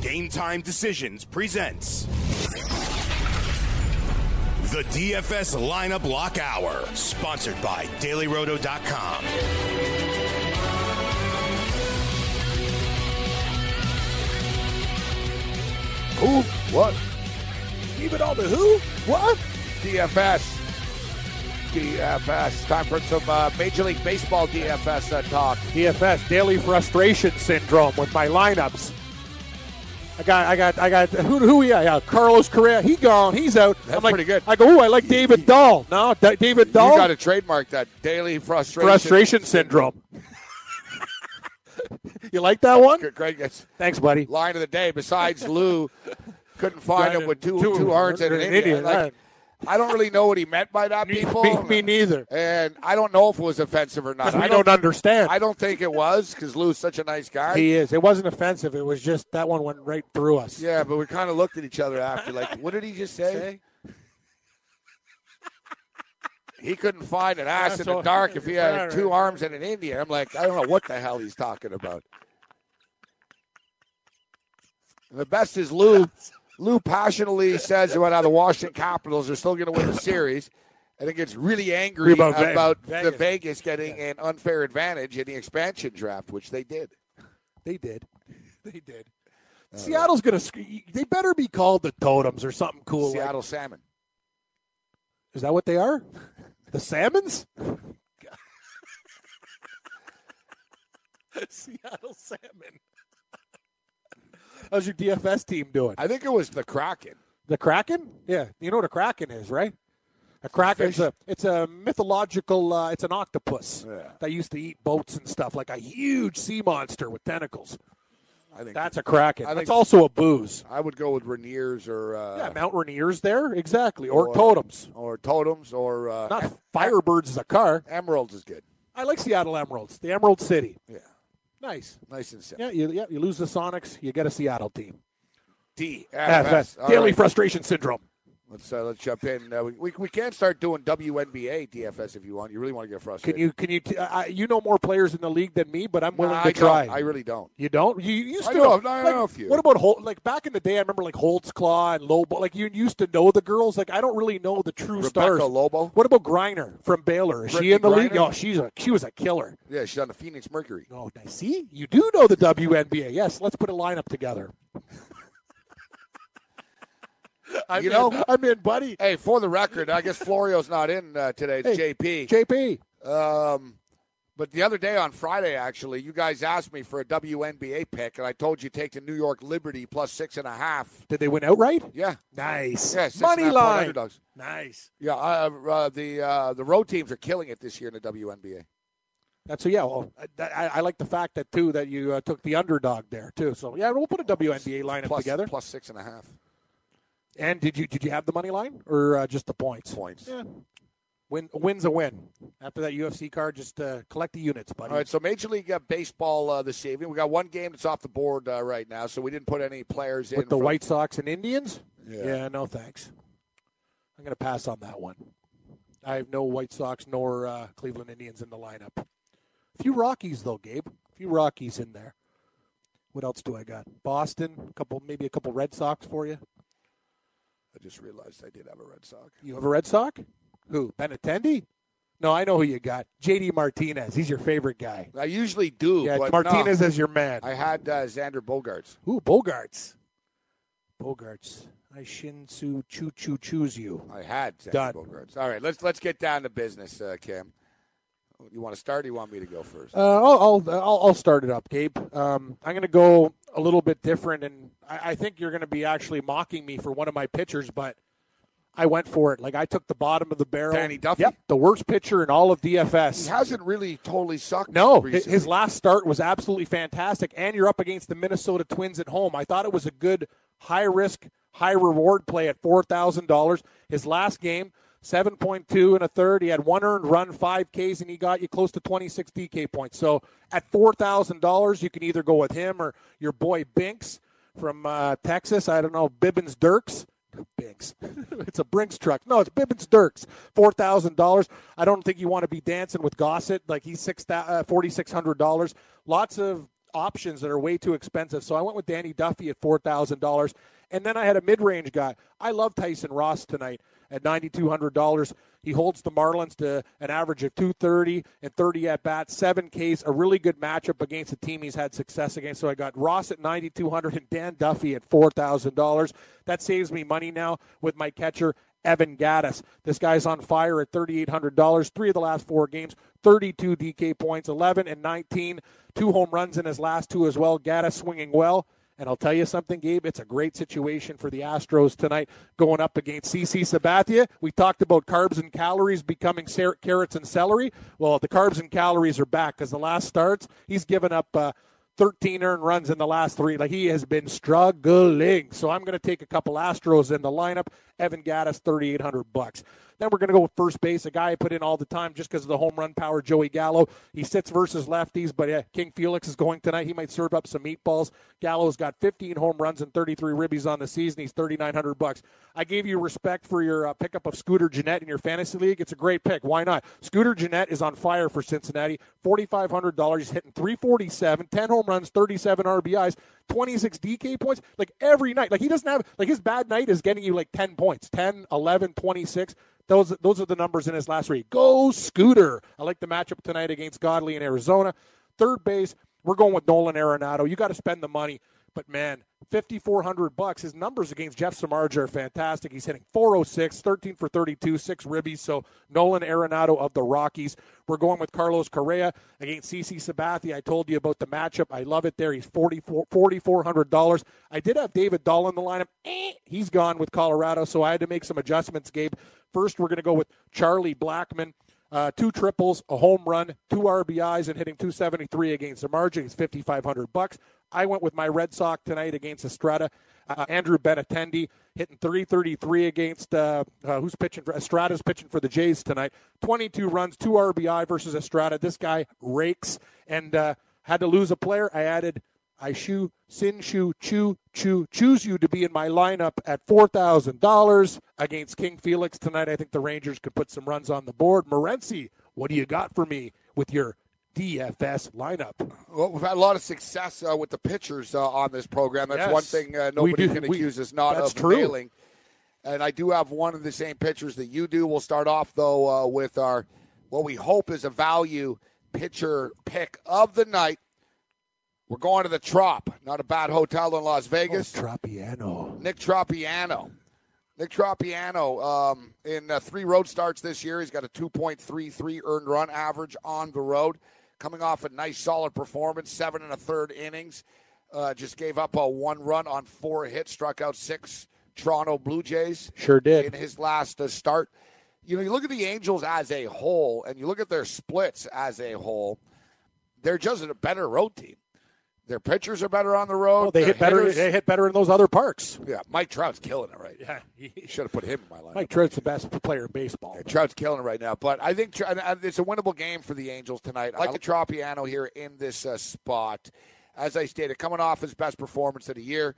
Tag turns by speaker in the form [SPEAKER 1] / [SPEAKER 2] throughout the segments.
[SPEAKER 1] Game Time Decisions presents the DFS Lineup Lock Hour, sponsored by DailyRoto.com.
[SPEAKER 2] Who? What?
[SPEAKER 3] Leave it all to who? What?
[SPEAKER 2] DFS. DFS. Time for some uh, Major League Baseball DFS uh, talk.
[SPEAKER 3] DFS daily frustration syndrome with my lineups. I got, I got, I got. Who, who? Yeah, yeah. Carlos Correa, he gone, he's out.
[SPEAKER 2] That's
[SPEAKER 3] I'm like,
[SPEAKER 2] pretty good.
[SPEAKER 3] I go, ooh, I like David Dahl. No, Da- David Dahl.
[SPEAKER 2] You got to trademark that daily frustration.
[SPEAKER 3] frustration syndrome. you like that one?
[SPEAKER 2] Good, Greg, that's
[SPEAKER 3] Thanks, buddy.
[SPEAKER 2] line of the day. Besides Lou, couldn't find
[SPEAKER 3] Right,
[SPEAKER 2] him with two
[SPEAKER 3] two-
[SPEAKER 2] two earns and an,
[SPEAKER 3] an
[SPEAKER 2] Indian.
[SPEAKER 3] Indian,
[SPEAKER 2] Like,
[SPEAKER 3] right.
[SPEAKER 2] I don't really know what he meant by that, people.
[SPEAKER 3] Me, me neither.
[SPEAKER 2] And I don't know if it was offensive or not.
[SPEAKER 3] I
[SPEAKER 2] I
[SPEAKER 3] don't, understand.
[SPEAKER 2] I don't think it was because Lou's such a nice guy.
[SPEAKER 3] he is. It wasn't offensive. It was just that one went right through us.
[SPEAKER 2] yeah, but we kind of looked at each other after, like, what did he just say? He couldn't find an ass
[SPEAKER 3] That's
[SPEAKER 2] in the
[SPEAKER 3] all-
[SPEAKER 2] dark if he
[SPEAKER 3] Yeah,
[SPEAKER 2] had
[SPEAKER 3] right.
[SPEAKER 2] two arms and an Indian. I'm like, I don't know what the hell he's talking about. And the best is Lou. Lou passionately says about how the Washington Capitals are still going to win the series, and he gets really angry
[SPEAKER 3] About
[SPEAKER 2] about,
[SPEAKER 3] Ve-
[SPEAKER 2] the Vegas getting an unfair advantage in the expansion draft, which they did.
[SPEAKER 3] They did. They did. Seattle's gonna. sc- They better be called the Totems or something cool. like-
[SPEAKER 2] Seattle Salmon.
[SPEAKER 3] is that what they are? The Salmons. Seattle Salmon. How's your DFS team doing?
[SPEAKER 2] I think it was the Kraken.
[SPEAKER 3] The Kraken? Yeah, you know what a Kraken is, right? A Kraken's
[SPEAKER 2] fish.
[SPEAKER 3] a it's a mythological. Uh, it's an octopus
[SPEAKER 2] Yeah.
[SPEAKER 3] that used to eat boats and stuff, like a huge sea monster with tentacles.
[SPEAKER 2] I think
[SPEAKER 3] That's a Kraken.
[SPEAKER 2] I think-
[SPEAKER 3] That's also a booze.
[SPEAKER 2] I would go with Rainiers or uh,
[SPEAKER 3] Yeah, Mount Rainier's there exactly, or,
[SPEAKER 2] Or-
[SPEAKER 3] totems.
[SPEAKER 2] or totems or uh,
[SPEAKER 3] Not Firebirds is a car.
[SPEAKER 2] emeralds is good.
[SPEAKER 3] I like Seattle Emeralds, the Emerald City.
[SPEAKER 2] Yeah,
[SPEAKER 3] Nice.
[SPEAKER 2] nice and simple.
[SPEAKER 3] Yeah, you, yeah, you lose the Sonics, you get a Seattle team.
[SPEAKER 2] D
[SPEAKER 3] FS,
[SPEAKER 2] All
[SPEAKER 3] daily
[SPEAKER 2] right.
[SPEAKER 3] frustration syndrome.
[SPEAKER 2] Let's uh, let's jump in. Uh, we, we we can't start doing WNBA DFS if you want. You really want to get frustrated?
[SPEAKER 3] Can you can you t- I, I- you know more players in the league than me, but I'm willing
[SPEAKER 2] Nah,
[SPEAKER 3] to
[SPEAKER 2] I
[SPEAKER 3] try.
[SPEAKER 2] Don't. I really don't.
[SPEAKER 3] You don't. You you used
[SPEAKER 2] I
[SPEAKER 3] to
[SPEAKER 2] know- I
[SPEAKER 3] like,
[SPEAKER 2] know a few.
[SPEAKER 3] What about Hol- like back in the day? I remember like Holtzclaw and Lobo. Like you used to know the girls. Like I don't really know the true
[SPEAKER 2] Rebecca
[SPEAKER 3] stars.
[SPEAKER 2] Lobo.
[SPEAKER 3] What about Griner from Baylor? Is she
[SPEAKER 2] Brittany
[SPEAKER 3] in the league?
[SPEAKER 2] Griner?
[SPEAKER 3] Oh, she's a she was a killer.
[SPEAKER 2] Yeah, she's on the Phoenix Mercury.
[SPEAKER 3] Oh, I see. You do know the WNBA. Yes, let's put a lineup together. I'm
[SPEAKER 2] You
[SPEAKER 3] in,
[SPEAKER 2] know-
[SPEAKER 3] I'm in, buddy.
[SPEAKER 2] Hey, for the record, I guess Florio's not in uh, today. It's
[SPEAKER 3] Hey,
[SPEAKER 2] JP.
[SPEAKER 3] JP.
[SPEAKER 2] Um, but the other day on Friday, actually, you guys asked me for a WNBA pick, and I told you take the New York Liberty plus six and a half.
[SPEAKER 3] Did they win outright?
[SPEAKER 2] Yeah,
[SPEAKER 3] Nice.
[SPEAKER 2] yeah, six and a
[SPEAKER 3] Money
[SPEAKER 2] half point
[SPEAKER 3] line.
[SPEAKER 2] underdogs.
[SPEAKER 3] Nice.
[SPEAKER 2] Yeah, uh, uh, the uh, the road teams are killing it this year in the WNBA.
[SPEAKER 3] That's so yeah. Well, that, I, I like the fact that too that you uh, took the underdog there too. So yeah, we'll put a WNBA lineup
[SPEAKER 2] Plus-
[SPEAKER 3] together. Hmm.
[SPEAKER 2] plus six and a half
[SPEAKER 3] And did you did you have the money line or uh, just the points?
[SPEAKER 2] points.
[SPEAKER 3] Yeah. Win a win's a win. After that UFC card, just uh, collect the units, buddy.
[SPEAKER 2] All right, so Major League uh, Baseball uh, this evening. We got one game that's off the board uh, right now, so we didn't put any players in.
[SPEAKER 3] With the
[SPEAKER 2] from-
[SPEAKER 3] White Sox and Indians.
[SPEAKER 2] Yeah.
[SPEAKER 3] no thanks. I'm going to pass on that one. I have no White Sox nor uh, Cleveland Indians in the lineup. A few Rockies though, Gabe. A few Rockies in there. What else do I got? Boston, a couple, maybe a couple Red Sox for you.
[SPEAKER 2] I just realized I did have a Red Sox.
[SPEAKER 3] You have a Red Sox? Who? Benatendi? No, I know who you got. JD Martinez. He's your favorite guy.
[SPEAKER 2] I usually do.
[SPEAKER 3] Yeah,
[SPEAKER 2] but
[SPEAKER 3] Martinez
[SPEAKER 2] no.
[SPEAKER 3] is your man.
[SPEAKER 2] I had uh, Xander Bogarts.
[SPEAKER 3] Ooh, Bogarts. Bogarts. I Shinsu Choo Choo choose you.
[SPEAKER 2] I had Xander
[SPEAKER 3] Done.
[SPEAKER 2] Bogarts. All right, let's let's get down to business, uh, Cam. You want to start? or You want me to go first?
[SPEAKER 3] Uh, I'll, I'll I'll I'll start it up, Gabe. Um, I'm going to go a little bit different, and I, I think you're going to be actually mocking me for one of my pitchers, but I went for it. Like I took the bottom of the barrel.
[SPEAKER 2] Danny Duffy?
[SPEAKER 3] Yep, the worst pitcher in all of
[SPEAKER 2] He
[SPEAKER 3] DFS.
[SPEAKER 2] hasn't really totally sucked.
[SPEAKER 3] No, hi-
[SPEAKER 2] recently.
[SPEAKER 3] his last start was absolutely fantastic, and you're up against the Minnesota Twins at home. I thought it was a good high risk, high reward play at four thousand dollars. His last game, seven point two and a third. He had one earned run, five Ks, and he got you close to twenty six DK points. So at four thousand dollars, you can either go with him or your boy Binks from uh, Texas. I don't know Bibbins Dirks. Binks. it's a Brinks truck. No, it's Bibbins Dirks. Four thousand dollars. I don't think you want to be dancing with Gossett. Like he's six uh, forty six hundred dollars. Lots of options that are way too expensive. So I went with Danny Duffy at four thousand dollars, and then I had a mid range guy. I love Tyson Ross tonight at ninety two hundred dollars. He holds the Marlins to an average of two thirty and thirty at bats, seven Ks. A really good matchup against a team he's had success against. So I got Ross at ninety two hundred and Dan Duffy at four thousand dollars. That saves me money now with my catcher Evan Gaddis. This guy's on fire at $3,800. Three of the last four games, 32 DK points, 11 and 19. Two home runs in his last two as well. Gaddis swinging well. And I'll tell you something, Gabe, it's a great situation for the Astros tonight going up against CC Sabathia. We talked about carbs and calories becoming cer- carrots and celery. Well, the carbs and calories are back because the last starts, he's given up. Uh, 13 earned runs in the last three. Like he has been struggling. So I'm going to take a couple Astros in the lineup. Evan Gaddis, 3,800 bucks. Then we're going to go with first base, a guy I put in all the time just because of the home run power, Joey Gallo. He sits versus lefties, but yeah, King Felix is going tonight. He might serve up some meatballs. Gallo's got 15 home runs and 33 ribbies on the season. He's 3,900 bucks. I gave you respect for your uh, pickup of Scooter Jeanette in your fantasy league. It's a great pick. Why not? Scooter Jeanette is on fire for Cincinnati. $4,500. He's hitting 347, 10 home runs, 37 RBIs, 26 DK points. Like every night. Like he doesn't have, like his bad night is getting you like 10 points 10, 11, 26. Those, those are the numbers in his last three. Go Scooter. I like the matchup tonight against Godley in Arizona. Third base, we're going with Nolan Arenado. You got to spend the money. But man, 5400 bucks. His numbers against Jeff Samarja are fantastic. He's hitting 406, 13 for 32, 6 ribbies. So Nolan Arenado of the Rockies. We're going with Carlos Correa against CC Sabathia. I told you about the matchup. I love it there. He's 44 $4,400. I did have David Dahl in the lineup. Eh, he's gone with Colorado, so I had to make some adjustments, Gabe. First, we're going to go with Charlie Blackman. Uh, two triples, a home run, two RBIs, and hitting 273 against the margin. He's 5,500 bucks. I went with my Red Sox tonight against Estrada. Uh, Andrew Benatendi hitting 333 against uh, uh, who's pitching for Estrada's pitching for the Jays tonight. 22 runs, two RBI versus Estrada. This guy rakes and uh, had to lose a player. I added I shoe sin shoe choo choo choose you to be in my lineup at four thousand dollars against King Felix tonight. I think the Rangers could put some runs on the board. Morency, what do you got for me with your DFS lineup?
[SPEAKER 2] Well, we've had a lot of success uh, with the pitchers uh, on this program. That's
[SPEAKER 3] Yes.
[SPEAKER 2] one thing uh,
[SPEAKER 3] We
[SPEAKER 2] nobody
[SPEAKER 3] do-
[SPEAKER 2] can
[SPEAKER 3] we-
[SPEAKER 2] accuse us not
[SPEAKER 3] that's
[SPEAKER 2] of
[SPEAKER 3] true.
[SPEAKER 2] nailing. And I do have one of the same pitchers that you do. We'll start off though uh, with our what we hope is a value pitcher pick of the night. We're going to the Trop, not a bad hotel in Las
[SPEAKER 3] Oh,
[SPEAKER 2] Vegas.
[SPEAKER 3] Tropiano.
[SPEAKER 2] Nick Tropiano. Nick Tropiano um, in uh, three road starts this year. He's got a 2.33 earned run average on the road. Coming off a nice, solid performance, seven and a third innings. Uh, just gave up a one run on four hits, struck out six Toronto Blue Jays
[SPEAKER 3] Sure
[SPEAKER 2] in
[SPEAKER 3] did.
[SPEAKER 2] his last uh, start. You know, you look at the Angels as a whole, and you look at their splits as a whole. They're just a better road team. Their pitchers are better on the road.
[SPEAKER 3] Oh, they
[SPEAKER 2] Their
[SPEAKER 3] hit better.
[SPEAKER 2] hitters-
[SPEAKER 3] They hit better in those other parks.
[SPEAKER 2] yeah, Mike Trout's killing it right now.
[SPEAKER 3] Yeah.
[SPEAKER 2] Should have put him in my lineup.
[SPEAKER 3] Mike Trout's the best player in baseball.
[SPEAKER 2] Trout's killing it right now, but I think Tr- and, uh, it's a winnable game for the Angels tonight. I like the Tropiano here in this uh, spot. As I stated, coming off his best performance of the year,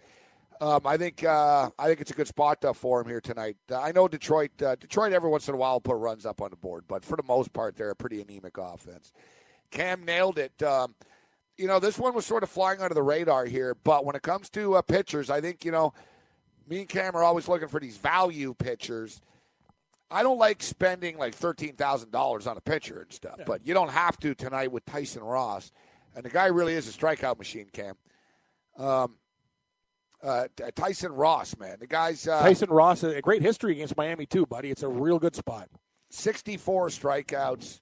[SPEAKER 2] um, I think uh, I think it's a good spot uh, for him here tonight. Uh, I know Detroit. Uh, Detroit every once in a while will put runs up on the board, but for the most part, they're a pretty anemic offense. Cam nailed it. Um, you know, this one was sort of flying under the radar here, but when it comes to uh, pitchers, I think you know, me and Cam are always looking for these value pitchers. I don't like spending like thirteen thousand dollars on a pitcher and stuff, but you don't have to tonight with Tyson Ross, and the guy really is a strikeout machine, Cam. Um, uh, T- Tyson Ross, man, the guy's uh,
[SPEAKER 3] Tyson Ross, a great history against Miami too, buddy. It's a real good spot.
[SPEAKER 2] sixty-four strikeouts,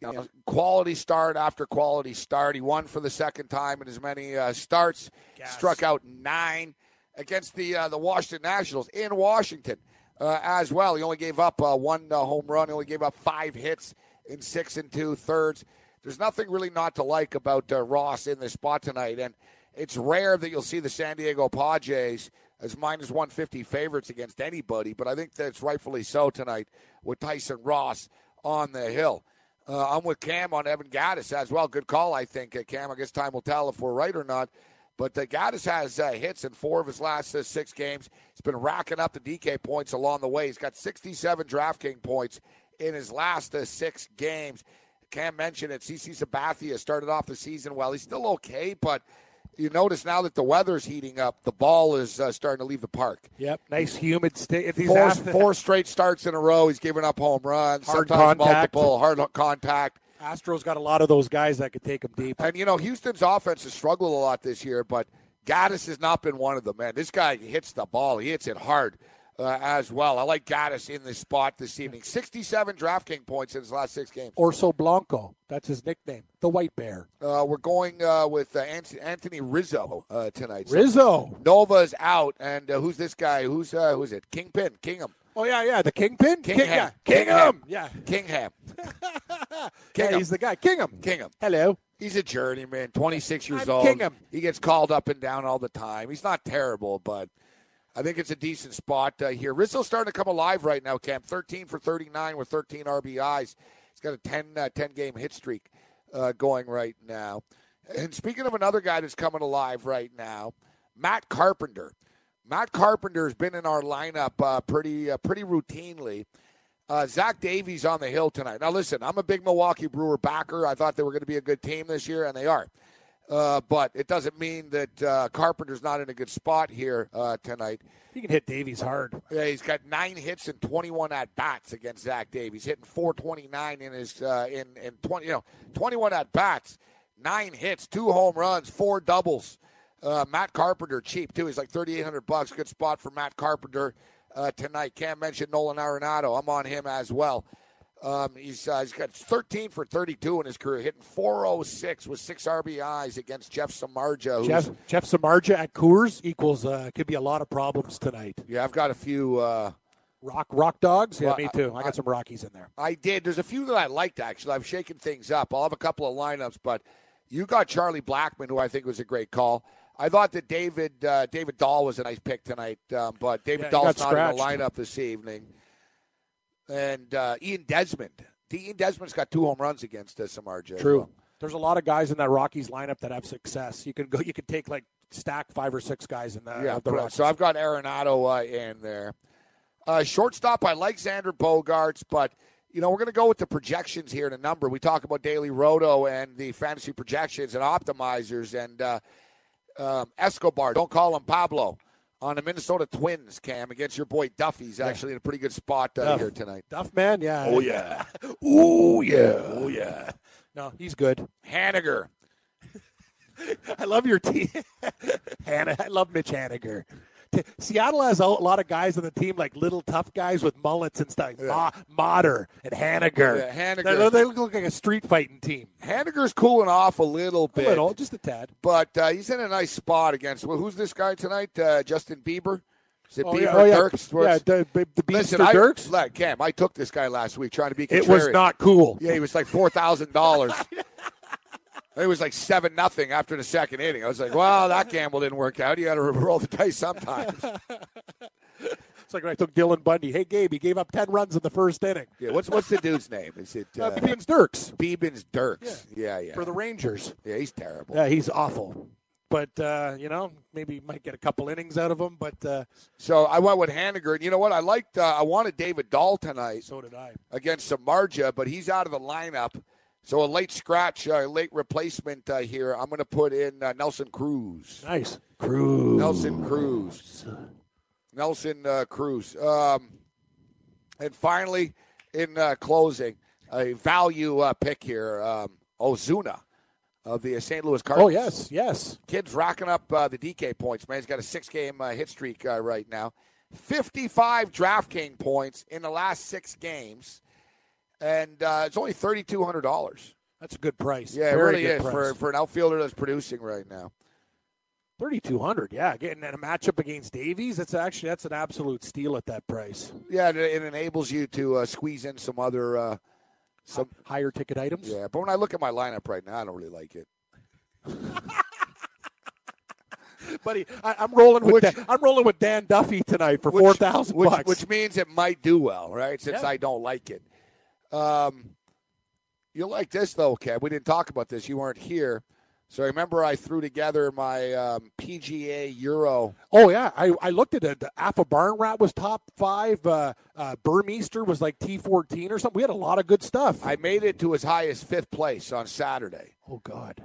[SPEAKER 2] you know, Uh, quality start after quality start. He won for the second time in as many uh, starts.
[SPEAKER 3] Gas.
[SPEAKER 2] Struck out nine against the uh, the Washington Nationals in Washington. uh, as well. He only gave up uh, one uh, home run. He only gave up five hits in six and two thirds. There's nothing really not to like about uh, Ross in this spot tonight, and it's rare that you'll see the San Diego Padres as minus 150 favorites against anybody. But I think that's rightfully so tonight with Tyson Ross on the hill. Uh, I'm with Cam on Evan Gaddis as well. Good call, I think, uh, Cam. I guess time will tell if we're right or not. But uh, Gaddis has uh, hits in four of his last uh, six games. He's been racking up the DK points along the way. He's got 67 DraftKings points in his last uh, six games. Cam mentioned it. CC Sabathia started off the season well. He's still okay, but you notice now that the weather's heating up, the ball is uh, starting to leave the park.
[SPEAKER 3] Yep. Nice humid state. If he's
[SPEAKER 2] Four,
[SPEAKER 3] asked,
[SPEAKER 2] four straight starts in a row, he's giving up home runs,
[SPEAKER 3] Hard
[SPEAKER 2] sometimes
[SPEAKER 3] contact.
[SPEAKER 2] multiple, hard contact.
[SPEAKER 3] Astros got a lot of those guys that could take him deep.
[SPEAKER 2] And you know, Houston's offense has struggled a lot this year, but Gaddis has not been one of them. Man, this guy hits the ball; he hits it hard uh, as well. I like Gaddis in this spot this evening. Sixty-seven DraftKings points in his last six games.
[SPEAKER 3] Orso Blanco. That's his nickname. The White Bear.
[SPEAKER 2] Uh, we're going uh, with uh, Ant- Anthony Rizzo uh, tonight. So
[SPEAKER 3] Rizzo.
[SPEAKER 2] Nova's out, and uh, who's this guy? Who's uh, who's it? Kingpin, Kingham,
[SPEAKER 3] Oh yeah, yeah. The Kingpin.
[SPEAKER 2] Kingham.
[SPEAKER 3] yeah.
[SPEAKER 2] Kingham.
[SPEAKER 3] Kingham. Yeah.
[SPEAKER 2] Kingham,
[SPEAKER 3] Yeah,
[SPEAKER 2] Kingham.
[SPEAKER 3] he's the guy. Kingham.
[SPEAKER 2] Kingham.
[SPEAKER 3] Hello.
[SPEAKER 2] He's a journeyman, 26 years
[SPEAKER 3] I'm
[SPEAKER 2] old.
[SPEAKER 3] Kingham.
[SPEAKER 2] He gets called up and down all the time. He's not terrible, but I think it's a decent spot uh, here. Rizzo's starting to come alive right now, Cam. 13 for 39 with 13 RBIs. He's got a 10, uh, 10 game hit streak uh, going right now. And speaking of another guy that's coming alive right now, Matt Carpenter. Matt Carpenter has been in our lineup uh, pretty uh, pretty routinely. Uh, Zach Davies on the hill tonight. Now, listen, I'm a big Milwaukee Brewer backer. I thought they were going to be a good team this year, and they are. Uh, but it doesn't mean that uh, Carpenter's not in a good spot here uh, tonight.
[SPEAKER 3] He can hit Davies hard.
[SPEAKER 2] Yeah, he's got nine hits and 21 at bats against Zach Davies, hitting 429 in his uh, in in 20 you know 21 at bats, nine hits, two home runs, four doubles. Uh, Matt Carpenter cheap too. He's like 3,800 bucks. Good spot for Matt Carpenter uh, tonight. Can't mention Nolan Arenado. I'm on him as well. Um, he's uh, he's got 13 for 32 in his career, hitting 406 with six RBIs against Jeff Samarja. who's-
[SPEAKER 3] Jeff Jeff Samarja at Coors equals uh, could be a lot of problems tonight.
[SPEAKER 2] yeah, I've got a few. Uh,
[SPEAKER 3] Rock Rock Dogs. Yeah,
[SPEAKER 2] Well,
[SPEAKER 3] me
[SPEAKER 2] I-
[SPEAKER 3] too. I,
[SPEAKER 2] I-
[SPEAKER 3] got some Rockies in there.
[SPEAKER 2] I did. There's a few that I liked actually. I've shaken things up. I'll have a couple of lineups, but you got Charlie Blackman, who I think was a great call. I thought that David uh, David Dahl was a nice pick tonight, um, but David
[SPEAKER 3] Yeah, he
[SPEAKER 2] Dahl's not
[SPEAKER 3] got
[SPEAKER 2] in the
[SPEAKER 3] scratched.
[SPEAKER 2] lineup this evening. And uh, Ian Desmond, De- Ian Desmond's got two home runs against uh, Samarja.
[SPEAKER 3] True. There's a lot of guys in that Rockies lineup that have success. You can go. You can take like stack five or six guys in that.
[SPEAKER 2] Yeah,
[SPEAKER 3] of the
[SPEAKER 2] correct.
[SPEAKER 3] Rockies.
[SPEAKER 2] So I've got Arenado uh, in there. Uh, shortstop, I like Xander Bogarts, but you know we're going to go with the projections here in a number. We talk about daily roto and the fantasy projections and optimizers and uh, um, Escobar. Don't call him Pablo on the Minnesota Twins. Cam against your boy Duffy's actually in a pretty good spot uh,
[SPEAKER 3] Duff.
[SPEAKER 2] here tonight.
[SPEAKER 3] Duff man. Yeah.
[SPEAKER 1] Oh, yeah. Oh, yeah. Oh, yeah.
[SPEAKER 3] No, he's good.
[SPEAKER 2] Haniger,
[SPEAKER 3] I love your team. Hannah, I love Mitch Haniger. T- Seattle has a lot of guys on the team, like little tough guys with mullets and stuff. Ma- Mater and Haniger.
[SPEAKER 2] Yeah, Haniger.
[SPEAKER 3] They, they look like a street fighting team.
[SPEAKER 2] Haniger's cooling off a little
[SPEAKER 3] A
[SPEAKER 2] bit,
[SPEAKER 3] little, just a tad.
[SPEAKER 2] but uh, he's in a nice spot against. Well, who's this guy tonight? Uh, Justin Bieber. Is it Bieber? Dirks?
[SPEAKER 3] Oh, yeah. The, the, the
[SPEAKER 2] Listen,
[SPEAKER 3] Beast
[SPEAKER 2] I,
[SPEAKER 3] Dirks.
[SPEAKER 2] Like, Cam, I took this guy last week trying to be contrarian.
[SPEAKER 3] It was not cool.
[SPEAKER 2] Yeah, he was like four thousand dollars. It was like seven nothing after the second inning. I was like, "Well, that gamble didn't work out. You got to roll the dice sometimes."
[SPEAKER 3] It's like when I took Dylan Bundy. Hey, Gabe, he gave up ten runs in the first inning.
[SPEAKER 2] Yeah, what's what's the dude's name? Is it
[SPEAKER 3] Uh,
[SPEAKER 2] uh,
[SPEAKER 3] Beans Dirks
[SPEAKER 2] Beebins Dirks? Yeah, yeah,
[SPEAKER 3] for the Rangers.
[SPEAKER 2] yeah. He's terrible.
[SPEAKER 3] Yeah, he's awful. But uh, you know, maybe might get a couple innings out of him. But uh,
[SPEAKER 2] So I went with Haniger, and you know what? I liked. Uh, I wanted David Dahl tonight
[SPEAKER 3] so did I.
[SPEAKER 2] against Samarja, but he's out of the lineup. So a late scratch, uh, late replacement uh, here. I'm going to put in uh, Nelson Cruz.
[SPEAKER 3] Nice. Cruz.
[SPEAKER 2] Nelson Cruz. Nelson uh, Cruz. Um, and finally, in uh, closing, a value uh, pick here um, Ozuna of the St. Louis
[SPEAKER 3] Oh
[SPEAKER 2] Cardinals.
[SPEAKER 3] yes, yes.
[SPEAKER 2] Kid's racking up uh, the DK points, man. He's got a six game uh, hit streak uh, right now. 55 DraftKings points in the last six games. And uh, it's only $3,200.
[SPEAKER 3] That's a good price.
[SPEAKER 2] Yeah, it
[SPEAKER 3] Very
[SPEAKER 2] really
[SPEAKER 3] good
[SPEAKER 2] is
[SPEAKER 3] price.
[SPEAKER 2] for, for an outfielder that's producing right now.
[SPEAKER 3] Thirty-two hundred, yeah. Getting in a matchup against Davies, that's actually that's an absolute steal at that price.
[SPEAKER 2] Yeah, it, it enables you to uh, squeeze in some other uh, some.
[SPEAKER 3] Higher ticket items.
[SPEAKER 2] Yeah, but when I look at my lineup right now, I don't really like it.
[SPEAKER 3] buddy. I, I'm rolling with
[SPEAKER 2] Which-
[SPEAKER 3] Dan, I'm rolling with Dan Duffy tonight for
[SPEAKER 2] Which-
[SPEAKER 3] four thousand
[SPEAKER 2] which,
[SPEAKER 3] bucks.
[SPEAKER 2] which means it might do well, right? Since
[SPEAKER 3] Yeah.
[SPEAKER 2] I don't like it. Um, you like this though, Kev. We didn't talk about this. You weren't here, so remember I threw together my um, PGA Euro.
[SPEAKER 3] oh yeah, I, I looked at it. The Alpha Barn Rat was top five. Uh, uh, Burmeister was like T fourteen or something. We had a lot of good stuff.
[SPEAKER 2] I made it to as high as fifth place on Saturday.
[SPEAKER 3] oh God,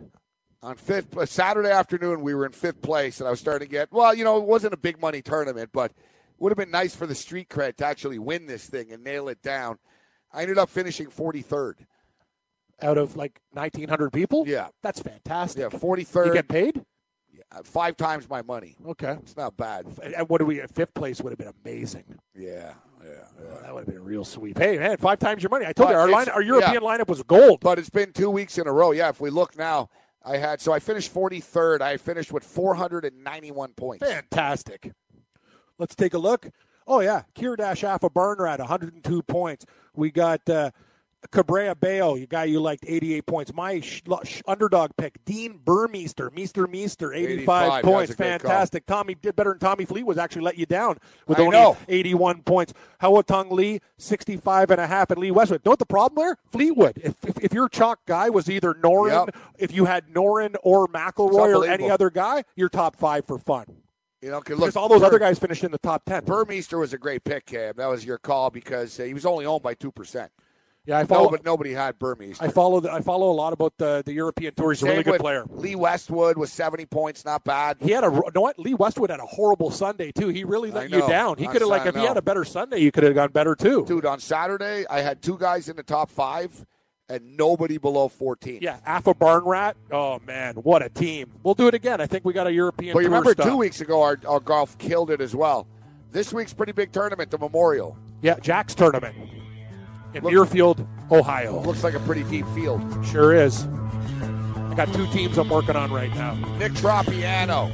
[SPEAKER 2] On fifth uh, Saturday afternoon, we were in fifth place, and I was starting to get well. You know, it wasn't a big money tournament, but it would have been nice for the street cred to actually win this thing and nail it down. I ended up finishing forty third.
[SPEAKER 3] out of like nineteen hundred people.
[SPEAKER 2] Yeah,
[SPEAKER 3] that's fantastic.
[SPEAKER 2] yeah, forty
[SPEAKER 3] you
[SPEAKER 2] third.
[SPEAKER 3] get paid.
[SPEAKER 2] Five times my money.
[SPEAKER 3] Okay.
[SPEAKER 2] It's not bad.
[SPEAKER 3] And what do we? Fifth place would have been amazing.
[SPEAKER 2] Yeah, yeah, yeah.
[SPEAKER 3] That would have been a real sweep. Hey man, five times your money. I told
[SPEAKER 2] But
[SPEAKER 3] you our
[SPEAKER 2] it's-
[SPEAKER 3] line, our European
[SPEAKER 2] yeah.
[SPEAKER 3] lineup was gold.
[SPEAKER 2] But it's been two weeks in a row. Yeah, if we look now, I had so I finished 43rd. I finished with 491 points.
[SPEAKER 3] Fantastic. Let's take a look. Oh yeah, Kirdash Alpha Burner at 102 points. We got uh, Cabrera Bayo, you guy you liked, 88 points. My sh- lo- sh- underdog pick, Dean Burmeister, Meester Meester, 85,
[SPEAKER 2] 85, that's
[SPEAKER 3] points.
[SPEAKER 2] a good call.
[SPEAKER 3] Fantastic. Tommy did better than Tommy Fleet was actually let you down with
[SPEAKER 2] I
[SPEAKER 3] only
[SPEAKER 2] know.
[SPEAKER 3] 81 points. Howatong Lee, 65 and a half, and Lee Westwood. Don't the problem there? Fleetwood. If, if, if your chalk guy was either Norin,
[SPEAKER 2] Yep.
[SPEAKER 3] if you had Norin or McElroy or any
[SPEAKER 2] unbelievable.
[SPEAKER 3] other guy, you're top five for fun
[SPEAKER 2] You know, 'cause
[SPEAKER 3] because
[SPEAKER 2] look,
[SPEAKER 3] all those
[SPEAKER 2] Bur-
[SPEAKER 3] other guys finished in the top ten.
[SPEAKER 2] Burmeister was a great pick, Cam. That was your call because uh, he was only owned by two percent.
[SPEAKER 3] yeah, I
[SPEAKER 2] No,
[SPEAKER 3] follow.
[SPEAKER 2] but nobody had Burmeister.
[SPEAKER 3] I follow. The, I follow a lot about the the European tour. He's a really
[SPEAKER 2] Same
[SPEAKER 3] good
[SPEAKER 2] with
[SPEAKER 3] player.
[SPEAKER 2] Lee Westwood was 70 points, not bad.
[SPEAKER 3] He had a you know what Lee Westwood had a horrible Sunday too. He really
[SPEAKER 2] I
[SPEAKER 3] let
[SPEAKER 2] know.
[SPEAKER 3] you down. He
[SPEAKER 2] I
[SPEAKER 3] could have like
[SPEAKER 2] saw- I
[SPEAKER 3] if he
[SPEAKER 2] know.
[SPEAKER 3] had a better Sunday, you could have gone better too.
[SPEAKER 2] Dude, on Saturday, I had two guys in the top five and nobody below 14.
[SPEAKER 3] Yeah, Alpha Barn Rat. Oh man, what a team! We'll do it again. I think we got a European.
[SPEAKER 2] But you
[SPEAKER 3] tour
[SPEAKER 2] remember
[SPEAKER 3] stop.
[SPEAKER 2] two weeks ago, our, our golf killed it as well. This week's pretty big tournament, the Memorial.
[SPEAKER 3] Yeah, Jack's tournament in
[SPEAKER 2] Look-
[SPEAKER 3] Deerfield, Ohio.
[SPEAKER 2] Looks like a pretty deep field.
[SPEAKER 3] Sure is. I got two teams I'm working on right now.
[SPEAKER 2] Nick Tropiano,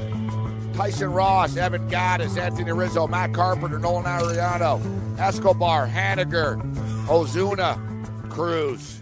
[SPEAKER 2] Tyson Ross, Evan Gaddis, Anthony Rizzo, Matt Carpenter, Nolan Ariano, Escobar, Haniger, Ozuna, Cruz.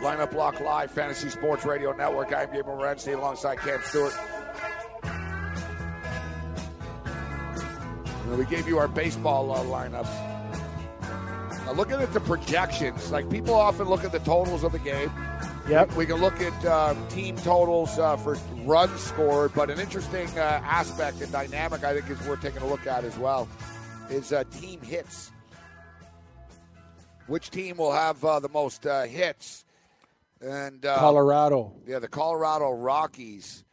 [SPEAKER 2] Lineup Block Live, Fantasy Sports Radio Network. I'm Gabriel Morency alongside Cam Stewart. Now, we gave you our baseball uh, lineups. Now looking at the projections, like people often look at the totals of the game.
[SPEAKER 3] Yep.
[SPEAKER 2] We can look at um, team totals uh, for runs scored, but an interesting uh, aspect and dynamic I think is worth taking a look at as well is uh, team hits. Which team will have uh, the most uh, hits? And uh,
[SPEAKER 3] Colorado.
[SPEAKER 2] yeah, the Colorado Rockies,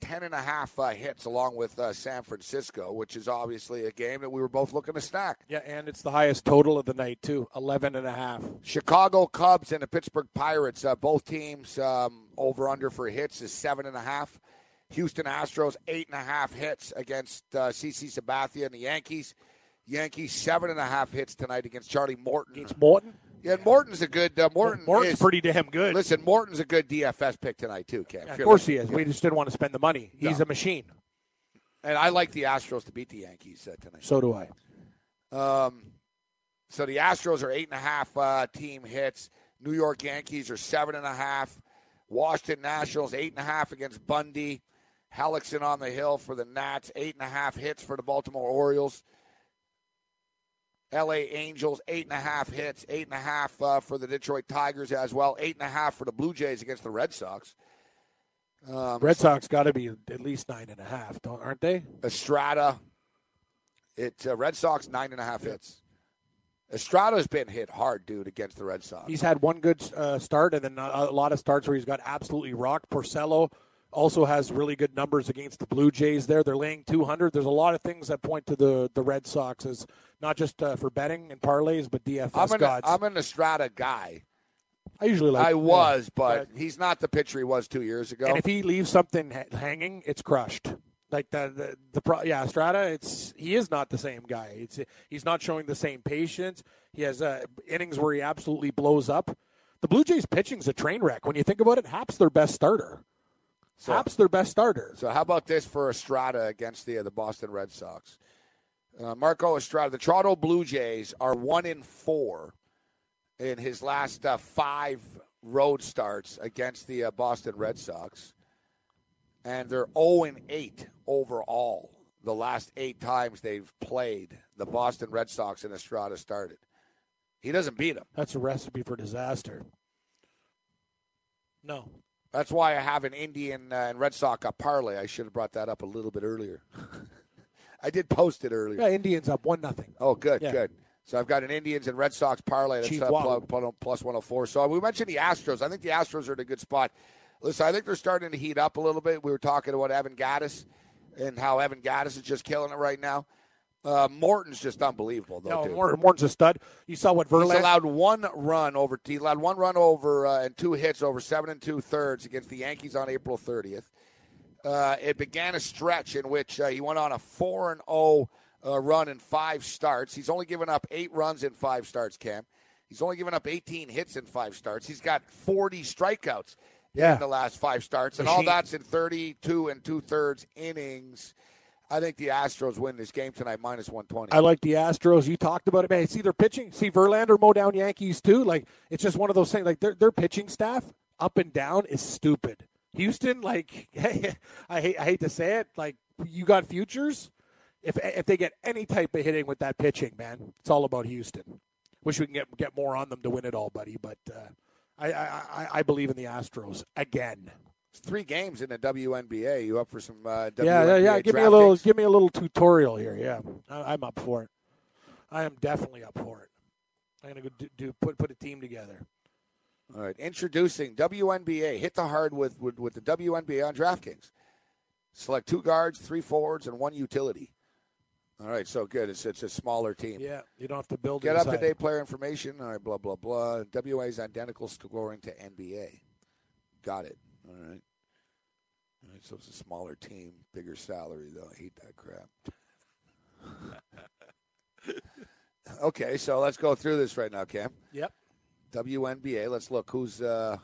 [SPEAKER 2] 10 and a half uh, hits along with uh, San Francisco, which is obviously a game that we were both looking to stack.
[SPEAKER 3] Yeah, and it's the highest total of the night, too 11 and a half.
[SPEAKER 2] Chicago Cubs and the Pittsburgh Pirates, uh, both teams um, over under for hits is seven and a half. Houston Astros eight and a half hits against uh, CC Sabathia and the Yankees. Yankees seven and a half hits tonight against Charlie Morton.
[SPEAKER 3] Against Morton?
[SPEAKER 2] yeah, Morton's a good. Uh, Morton
[SPEAKER 3] Morton's
[SPEAKER 2] is,
[SPEAKER 3] pretty damn good.
[SPEAKER 2] Listen, Morton's a good DFS pick tonight too, Cam.
[SPEAKER 3] Yeah, of
[SPEAKER 2] Sure.
[SPEAKER 3] course he is. We just didn't want to spend the money. He's
[SPEAKER 2] No.
[SPEAKER 3] a machine.
[SPEAKER 2] and I like the Astros to beat the Yankees uh, tonight.
[SPEAKER 3] So do I.
[SPEAKER 2] Um, so the Astros are eight and a half uh, team hits. New York Yankees are seven and a half. Washington Nationals eight and a half against Bundy. Hellickson on the hill for the Nats. Eight and a half hits for the Baltimore Orioles. LA Angels, eight and a half hits, eight and a half uh, for the Detroit Tigers as well, eight and a half for the Blue Jays against the Red Sox. Um,
[SPEAKER 3] Red Sox got to be at least nine and a half, don't aren't they?
[SPEAKER 2] Estrada, it uh, Red Sox nine and a half hits. Estrada's been hit hard, dude, against the Red Sox.
[SPEAKER 3] He's had one good uh, start and then a, a lot of starts where he's got absolutely rocked. Porcello also has really good numbers against the Blue Jays. There, they're laying 200. There's a lot of things that point to the the Red Sox as not just uh, for betting and parlays, but DFS
[SPEAKER 2] I'm an,
[SPEAKER 3] gods.
[SPEAKER 2] I'm an Estrada guy.
[SPEAKER 3] I usually like.
[SPEAKER 2] I
[SPEAKER 3] yeah.
[SPEAKER 2] was, but he's not the pitcher he was two years ago.
[SPEAKER 3] And if he leaves something ha- hanging, it's crushed. Like the the, the pro, yeah, Strata, it's he is not the same guy. It's he's not showing the same patience. He has uh, innings where he absolutely blows up. The Blue Jays pitching's a train wreck. When you think about it, Hap's their best starter.
[SPEAKER 2] So-
[SPEAKER 3] Hap's their best starter.
[SPEAKER 2] So how about this for Estrada against the the Boston Red Sox? Uh, Marco Estrada, the Toronto Blue Jays are one in four in his last uh, five road starts against the uh, Boston Red Sox, and they're zero and eight overall. The last eight times they've played the Boston Red Sox and Estrada started, he doesn't beat them.
[SPEAKER 3] That's a recipe for disaster. No,
[SPEAKER 2] That's why I have an Indian uh, and Red Sox uh, parlay. I should have brought that up a little bit earlier. I did post it earlier.
[SPEAKER 3] yeah, Indians up one nothing.
[SPEAKER 2] Oh, good,
[SPEAKER 3] Yeah.
[SPEAKER 2] good. So I've got an Indians and Red Sox parlay that's
[SPEAKER 3] Chief
[SPEAKER 2] uh,
[SPEAKER 3] Wahoo.
[SPEAKER 2] pl- pl- plus 104. So uh, we mentioned the Astros. I think the Astros are in a good spot. Listen, I think they're starting to heat up a little bit. We were talking about Evan Gaddis and how Evan Gaddis is just killing it right now. Uh, Morton's just unbelievable, though.
[SPEAKER 3] No,
[SPEAKER 2] dude.
[SPEAKER 3] Mor- Morton's Oh, a stud. You saw what
[SPEAKER 2] He's
[SPEAKER 3] Verlander.
[SPEAKER 2] allowed one run over. He allowed one run over uh, and two hits over seven and two thirds against the Yankees on April 30th. Uh, it began a stretch in which uh, he went on a four and zero uh, run in five starts. He's only given up eight runs in five starts. Cam, he's only given up 18 hits in five starts. He's got 40 strikeouts
[SPEAKER 3] Yeah.
[SPEAKER 2] in the last five starts, and all
[SPEAKER 3] Machine.
[SPEAKER 2] that's in 32 and two thirds innings. I think the Astros win this game tonight, minus 120.
[SPEAKER 3] I like the Astros. You talked about it, man. It's either pitching. See Verlander mow down Yankees too. Like it's just one of those things. Like their their pitching staff up and down is stupid. Houston, like I hate I hate to say it, like you got futures. If if they get any type of hitting with that pitching, man, it's all about Houston. Wish we can get get more on them to win it all, buddy. But uh, I, I I I believe in the Astros again.
[SPEAKER 2] three games in the WNBA. You up for some uh, WNBA
[SPEAKER 3] yeah, yeah, yeah. Give me a
[SPEAKER 2] draft
[SPEAKER 3] little,
[SPEAKER 2] picks?
[SPEAKER 3] give me a little tutorial here. Yeah, I, I'm up for it. I am definitely up for it. I'm gonna go do, do put put a team together.
[SPEAKER 2] All right, introducing WNBA. Hit the hard with, with with the WNBA on DraftKings. Select two guards, three forwards, and one utility. All right, so good. It's it's a smaller team.
[SPEAKER 3] Yeah, you don't have to build.
[SPEAKER 2] Get
[SPEAKER 3] it
[SPEAKER 2] up to
[SPEAKER 3] inside.
[SPEAKER 2] date player information. All right, blah blah blah. WA is identical scoring to NBA. Got it. All right. All right, so it's a smaller team, bigger salary though. I hate that crap. okay, so let's go through this right now, Cam.
[SPEAKER 3] Yep.
[SPEAKER 2] WNBA. Let's look who's. Uh,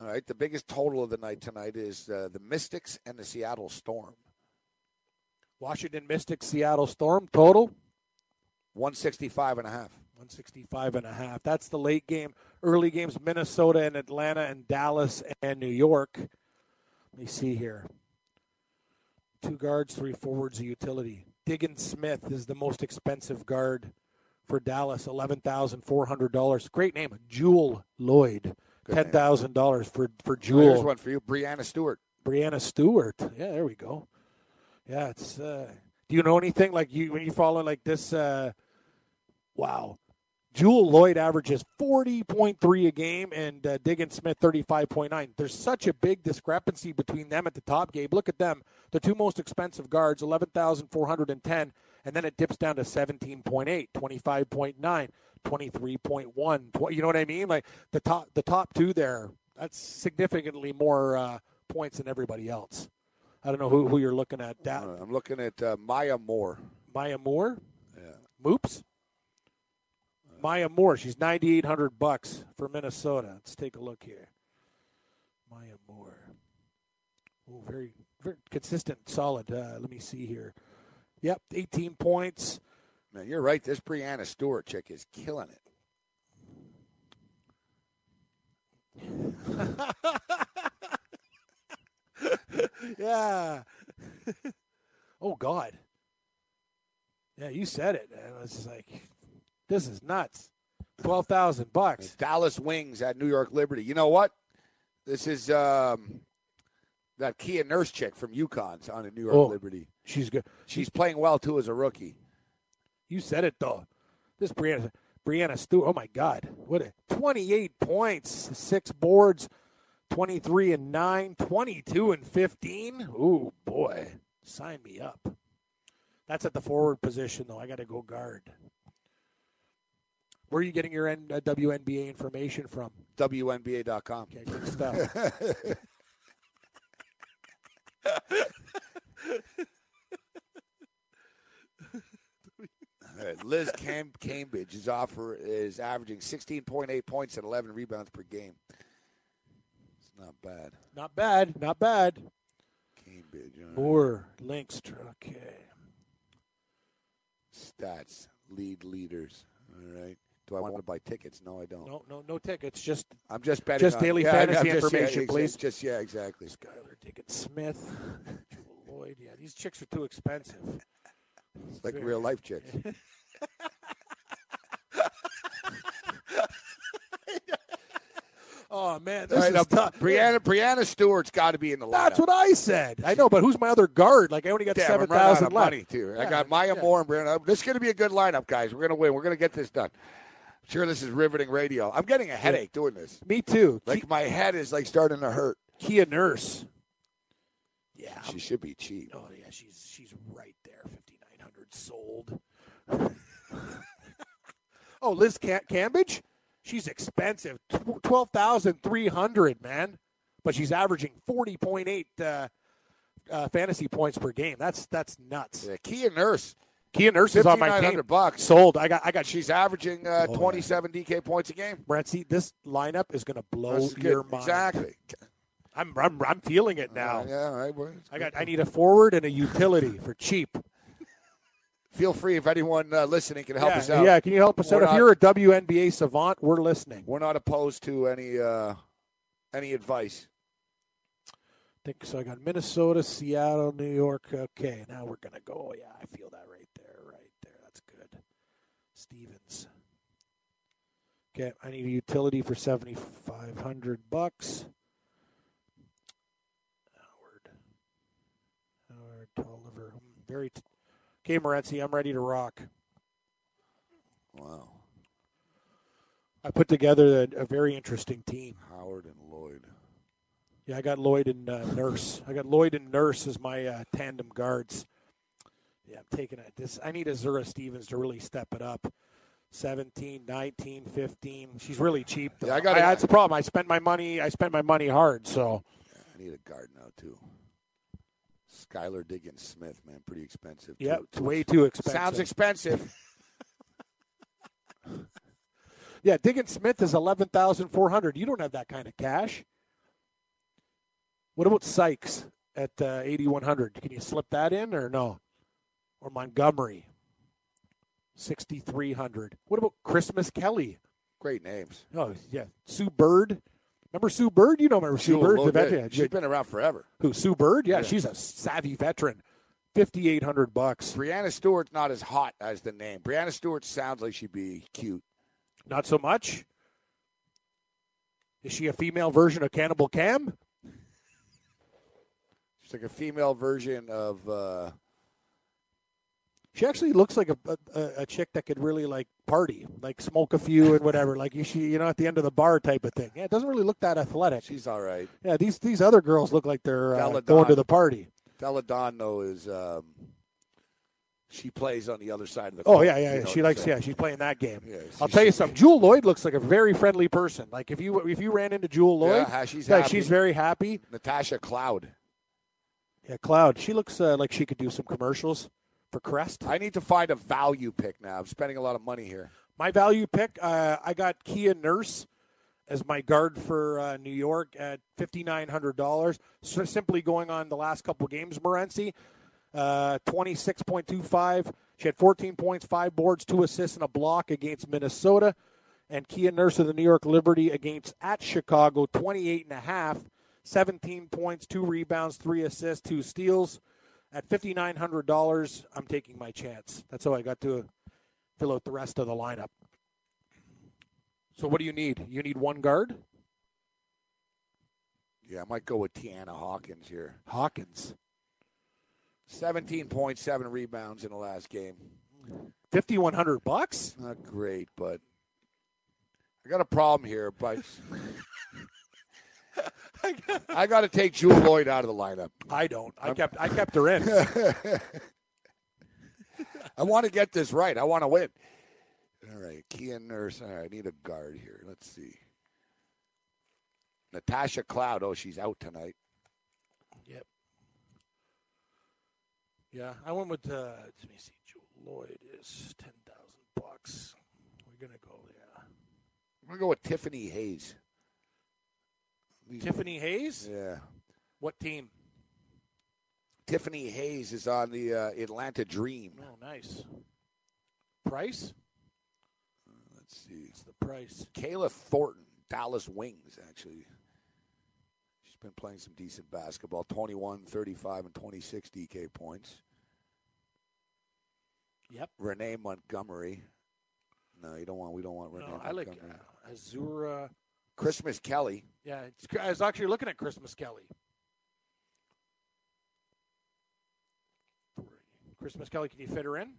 [SPEAKER 2] all right, the biggest total of the night tonight is uh, the Mystics and the Seattle Storm.
[SPEAKER 3] Washington Mystics, Seattle Storm total
[SPEAKER 2] 165 and a half.
[SPEAKER 3] 165 and a half. That's the late game. Early games: Minnesota and Atlanta and Dallas and New York. Let me see here. Two guards, three forwards, a utility. Diggin Smith is the most expensive guard for Dallas, eleven thousand four hundred dollars. Great name, Jewel Lloyd, ten thousand dollars for for
[SPEAKER 2] Here's
[SPEAKER 3] Jewel.
[SPEAKER 2] one for you, Brianna Stewart.
[SPEAKER 3] Brianna Stewart. Yeah, there we go. Yeah, it's. Uh, do you know anything like you when you follow like this? Uh, wow, Jewel Lloyd averages forty point three a game, and uh, Diggin Smith thirty five point nine. There's such a big discrepancy between them at the top. Gabe, look at them. The two most expensive guards, eleven thousand four hundred and ten, and then it dips down to 17.8, 25.9, 23.1. Tw- you know what I mean? Like the top, the top two there. That's significantly more uh, points than everybody else. I don't know who, who you're looking at. Da-
[SPEAKER 2] Uh, I'm looking at uh, Maya Moore.
[SPEAKER 3] Maya Moore.
[SPEAKER 2] Yeah.
[SPEAKER 3] Moops. Maya Moore. She's ninety eight hundred bucks for Minnesota. Let's take a look here. Maya Moore. Oh, very, very consistent, solid. Uh, let me see here. Yep, eighteen points.
[SPEAKER 2] Man, you're right. This Brianna Stewart chick is killing it.
[SPEAKER 3] yeah. oh God. Yeah, you said it. And I was just like, this is nuts. Twelve thousand bucks.
[SPEAKER 2] Dallas Wings at New York Liberty. You know what? This is um, that Kia nurse chick from UConn's on at New York
[SPEAKER 3] Oh.
[SPEAKER 2] Liberty.
[SPEAKER 3] She's good.
[SPEAKER 2] She's playing well too as a rookie.
[SPEAKER 3] You said it though. This Brianna Brianna Stewart. Oh my God. What a twenty-eight points, six boards, twenty-three and nine, 22 and fifteen. Ooh boy. Sign me up. That's at the forward position though. I gotta go guard. Where are you getting your N- uh, WNBA information from?
[SPEAKER 2] WNBA.com.
[SPEAKER 3] Okay, good stuff.
[SPEAKER 2] All right, Uh, Liz Cam- Cambridge is offer is averaging 16.8 points and 11 rebounds per game. It's not bad.
[SPEAKER 3] not bad, not bad.
[SPEAKER 2] Cambridge all right.
[SPEAKER 3] Or Linkster. Okay.
[SPEAKER 2] stats lead leaders. All right. Do I want to buy tickets? No, I don't.
[SPEAKER 3] No, no, no tickets. Just
[SPEAKER 2] I'm just betting.
[SPEAKER 3] Just
[SPEAKER 2] on-
[SPEAKER 3] daily
[SPEAKER 2] I-
[SPEAKER 3] fantasy
[SPEAKER 2] I'm just- yeah,
[SPEAKER 3] information,
[SPEAKER 2] exa-
[SPEAKER 3] please.
[SPEAKER 2] Just yeah, exactly.
[SPEAKER 3] Skyler Dickens Smith, Jewel Lloyd. Yeah, these chicks are too expensive.
[SPEAKER 2] It's like real life chicks.
[SPEAKER 3] Oh man,
[SPEAKER 2] All
[SPEAKER 3] this
[SPEAKER 2] right,
[SPEAKER 3] is
[SPEAKER 2] now,
[SPEAKER 3] tough.
[SPEAKER 2] Brianna Brianna Stewart's got to be in the lineup.
[SPEAKER 3] That's what I said. I know, but who's my other guard? Like I only got
[SPEAKER 2] Damn,
[SPEAKER 3] seven
[SPEAKER 2] I'm running out
[SPEAKER 3] thousand
[SPEAKER 2] of
[SPEAKER 3] left.
[SPEAKER 2] money too. I
[SPEAKER 3] Yeah,
[SPEAKER 2] got Maya
[SPEAKER 3] yeah.
[SPEAKER 2] Moore and Brianna. This is going to be a good lineup, guys. We're going to win. We're going to get this done. Sure, this is riveting radio. I'm getting a headache doing this.
[SPEAKER 3] Me too.
[SPEAKER 2] Like my head is like starting to hurt.
[SPEAKER 3] Ki- Kia Nurse. Yeah.
[SPEAKER 2] She should be cheap.
[SPEAKER 3] Oh yeah, she's she's right there. Fifty nine hundred sold. oh, Liz Cam- Cambridge, she's expensive. Tw- Twelve thousand three hundred, man. But she's averaging forty point eight uh, uh, fantasy points per game. That's that's nuts.
[SPEAKER 2] Yeah, Kia Nurse,
[SPEAKER 3] Kia Nurse is on my team.
[SPEAKER 2] 5,900 bucks.
[SPEAKER 3] Sold. I got I got
[SPEAKER 2] she's averaging uh,
[SPEAKER 3] Oh, yeah.
[SPEAKER 2] 27 DK points a game.
[SPEAKER 3] Brentsy. This lineup is going to blow
[SPEAKER 2] This is good.
[SPEAKER 3] your mind.
[SPEAKER 2] Exactly.
[SPEAKER 3] I'm, I'm I'm feeling it now.
[SPEAKER 2] Uh, yeah, all right. well, it's
[SPEAKER 3] I
[SPEAKER 2] good.
[SPEAKER 3] got I need a forward and a utility for cheap.
[SPEAKER 2] Feel free if anyone uh, listening can help
[SPEAKER 3] yeah,
[SPEAKER 2] us out.
[SPEAKER 3] Yeah, can you help us
[SPEAKER 2] We're
[SPEAKER 3] out?
[SPEAKER 2] not-
[SPEAKER 3] if you're a WNBA savant, we're listening.
[SPEAKER 2] We're not opposed to any uh, any advice.
[SPEAKER 3] I think so. I got Minnesota, Seattle, New York. Okay, now we're gonna go. Oh, yeah, I feel that right there, right there. That's good. Stevens. Okay, I need a utility for seventy five hundred bucks. Howard, Howard Tolliver. I'm Very. T- okay, Morency, I'm ready to rock.
[SPEAKER 2] Wow.
[SPEAKER 3] I put together a, a very interesting team.
[SPEAKER 2] Howard and Lloyd.
[SPEAKER 3] Yeah, I got Lloyd and uh, Nurse. I got Lloyd and Nurse as my uh, tandem guards. Yeah, I'm taking it. This I need Azura Stevens to really step it up. 17, 19, 15. She's really cheap. Though.
[SPEAKER 2] Yeah, I gotta-
[SPEAKER 3] that's the problem. I spent my money. I spent my money hard. So
[SPEAKER 2] I need a guard now too. Skylar Diggins Smith, man, pretty expensive.
[SPEAKER 3] yeah,
[SPEAKER 2] too.
[SPEAKER 3] it's way too expensive.
[SPEAKER 2] sounds expensive.
[SPEAKER 3] yeah, Diggins Smith is eleven thousand four hundred. You don't have that kind of cash. What about Sykes at uh, eighty one hundred? Can you slip that in or no? Or Montgomery, sixty three hundred. What about Christmas Kelly?
[SPEAKER 2] Great names.
[SPEAKER 3] Oh yeah, Sue Bird. Remember Sue Bird? You don't remember Sue
[SPEAKER 2] Jewel
[SPEAKER 3] Bird? The
[SPEAKER 2] Logan.
[SPEAKER 3] veteran.
[SPEAKER 2] She's been around forever.
[SPEAKER 3] Who? Sue Bird? Yeah,
[SPEAKER 2] Yeah.
[SPEAKER 3] she's a savvy veteran. Fifty eight hundred bucks.
[SPEAKER 2] Brianna Stewart's not as hot as the name. Brianna Stewart sounds like she'd be cute.
[SPEAKER 3] Not so much. Is she a female version of Cannibal Cam?
[SPEAKER 2] She's like a female version of uh,
[SPEAKER 3] She actually looks like a, a a chick that could really like party, like smoke a few and whatever, like you she you know at the end of the bar type of thing. Yeah, it doesn't really look that athletic.
[SPEAKER 2] she's all right.
[SPEAKER 3] yeah, these these other girls look like they're uh,
[SPEAKER 2] Belladonna.
[SPEAKER 3] going to the party.
[SPEAKER 2] Deladano is um, she plays on the other side of the
[SPEAKER 3] Oh
[SPEAKER 2] court, if
[SPEAKER 3] yeah, yeah,
[SPEAKER 2] you
[SPEAKER 3] yeah.
[SPEAKER 2] know
[SPEAKER 3] she
[SPEAKER 2] what I'm
[SPEAKER 3] likes
[SPEAKER 2] saying.
[SPEAKER 3] yeah, she's playing that game.
[SPEAKER 2] Yeah,
[SPEAKER 3] I'll
[SPEAKER 2] she-
[SPEAKER 3] tell you
[SPEAKER 2] she-
[SPEAKER 3] something. Jewel Lloyd looks like a very friendly person. Like if you if you ran into Jewel Lloyd,
[SPEAKER 2] Yeah, ha- she's
[SPEAKER 3] like
[SPEAKER 2] happy.
[SPEAKER 3] she's very happy.
[SPEAKER 2] Natasha Cloud.
[SPEAKER 3] Yeah, Cloud. She looks uh, like she could do some commercials for Crest.
[SPEAKER 2] I need to find a value pick now. I'm spending a lot of money here.
[SPEAKER 3] My value pick, uh, I got Kia Nurse as my guard for uh, New York at fifty nine hundred dollars. So simply going on the last couple games, Morency, uh, twenty six point two five. She had fourteen points, five boards, two assists, and a block against Minnesota. And Kia Nurse of the New York Liberty against at Chicago, 28 and a half. 17 points, two rebounds, three assists, two steals. At $5,900, I'm taking my chance. That's how I got to fill out the rest of the lineup. So what do you need? You need one guard?
[SPEAKER 2] Yeah, I might go with Tiana Hawkins here.
[SPEAKER 3] Hawkins.
[SPEAKER 2] 17.7 rebounds in the last game.
[SPEAKER 3] 5100 bucks?
[SPEAKER 2] Not great, but I got a problem here, but I got to take Jewel Lloyd out of the lineup.
[SPEAKER 3] I don't. I kept I kept her in.
[SPEAKER 2] I want to get this right. I want to win. All right, Kean Nurse. All right, I need a guard here. Let's see. Natasha Cloud. Oh, she's out tonight.
[SPEAKER 3] Yeah, I went with. Uh, let me see. Joe Lloyd is ten thousand bucks. We're gonna go there.
[SPEAKER 2] I'm gonna go with Tiffany Hayes.
[SPEAKER 3] Tiffany Hayes.
[SPEAKER 2] Yeah,
[SPEAKER 3] What team?
[SPEAKER 2] Tiffany Hayes is on the uh, Atlanta Dream.
[SPEAKER 3] Oh, nice. Price?
[SPEAKER 2] Let's see.
[SPEAKER 3] It's the price.
[SPEAKER 2] Kayla Thornton, Dallas Wings, actually. She's been playing some decent basketball 21, 35, and 26 DK points.
[SPEAKER 3] Yep.
[SPEAKER 2] Renee Montgomery. No, you don't want. We don't want Renee.
[SPEAKER 3] No, I like
[SPEAKER 2] Montgomery.
[SPEAKER 3] uh, Azura.
[SPEAKER 2] Christmas Kelly.
[SPEAKER 3] Yeah, it's, I was actually looking at Christmas Kelly. Christmas Kelly, can you fit her in?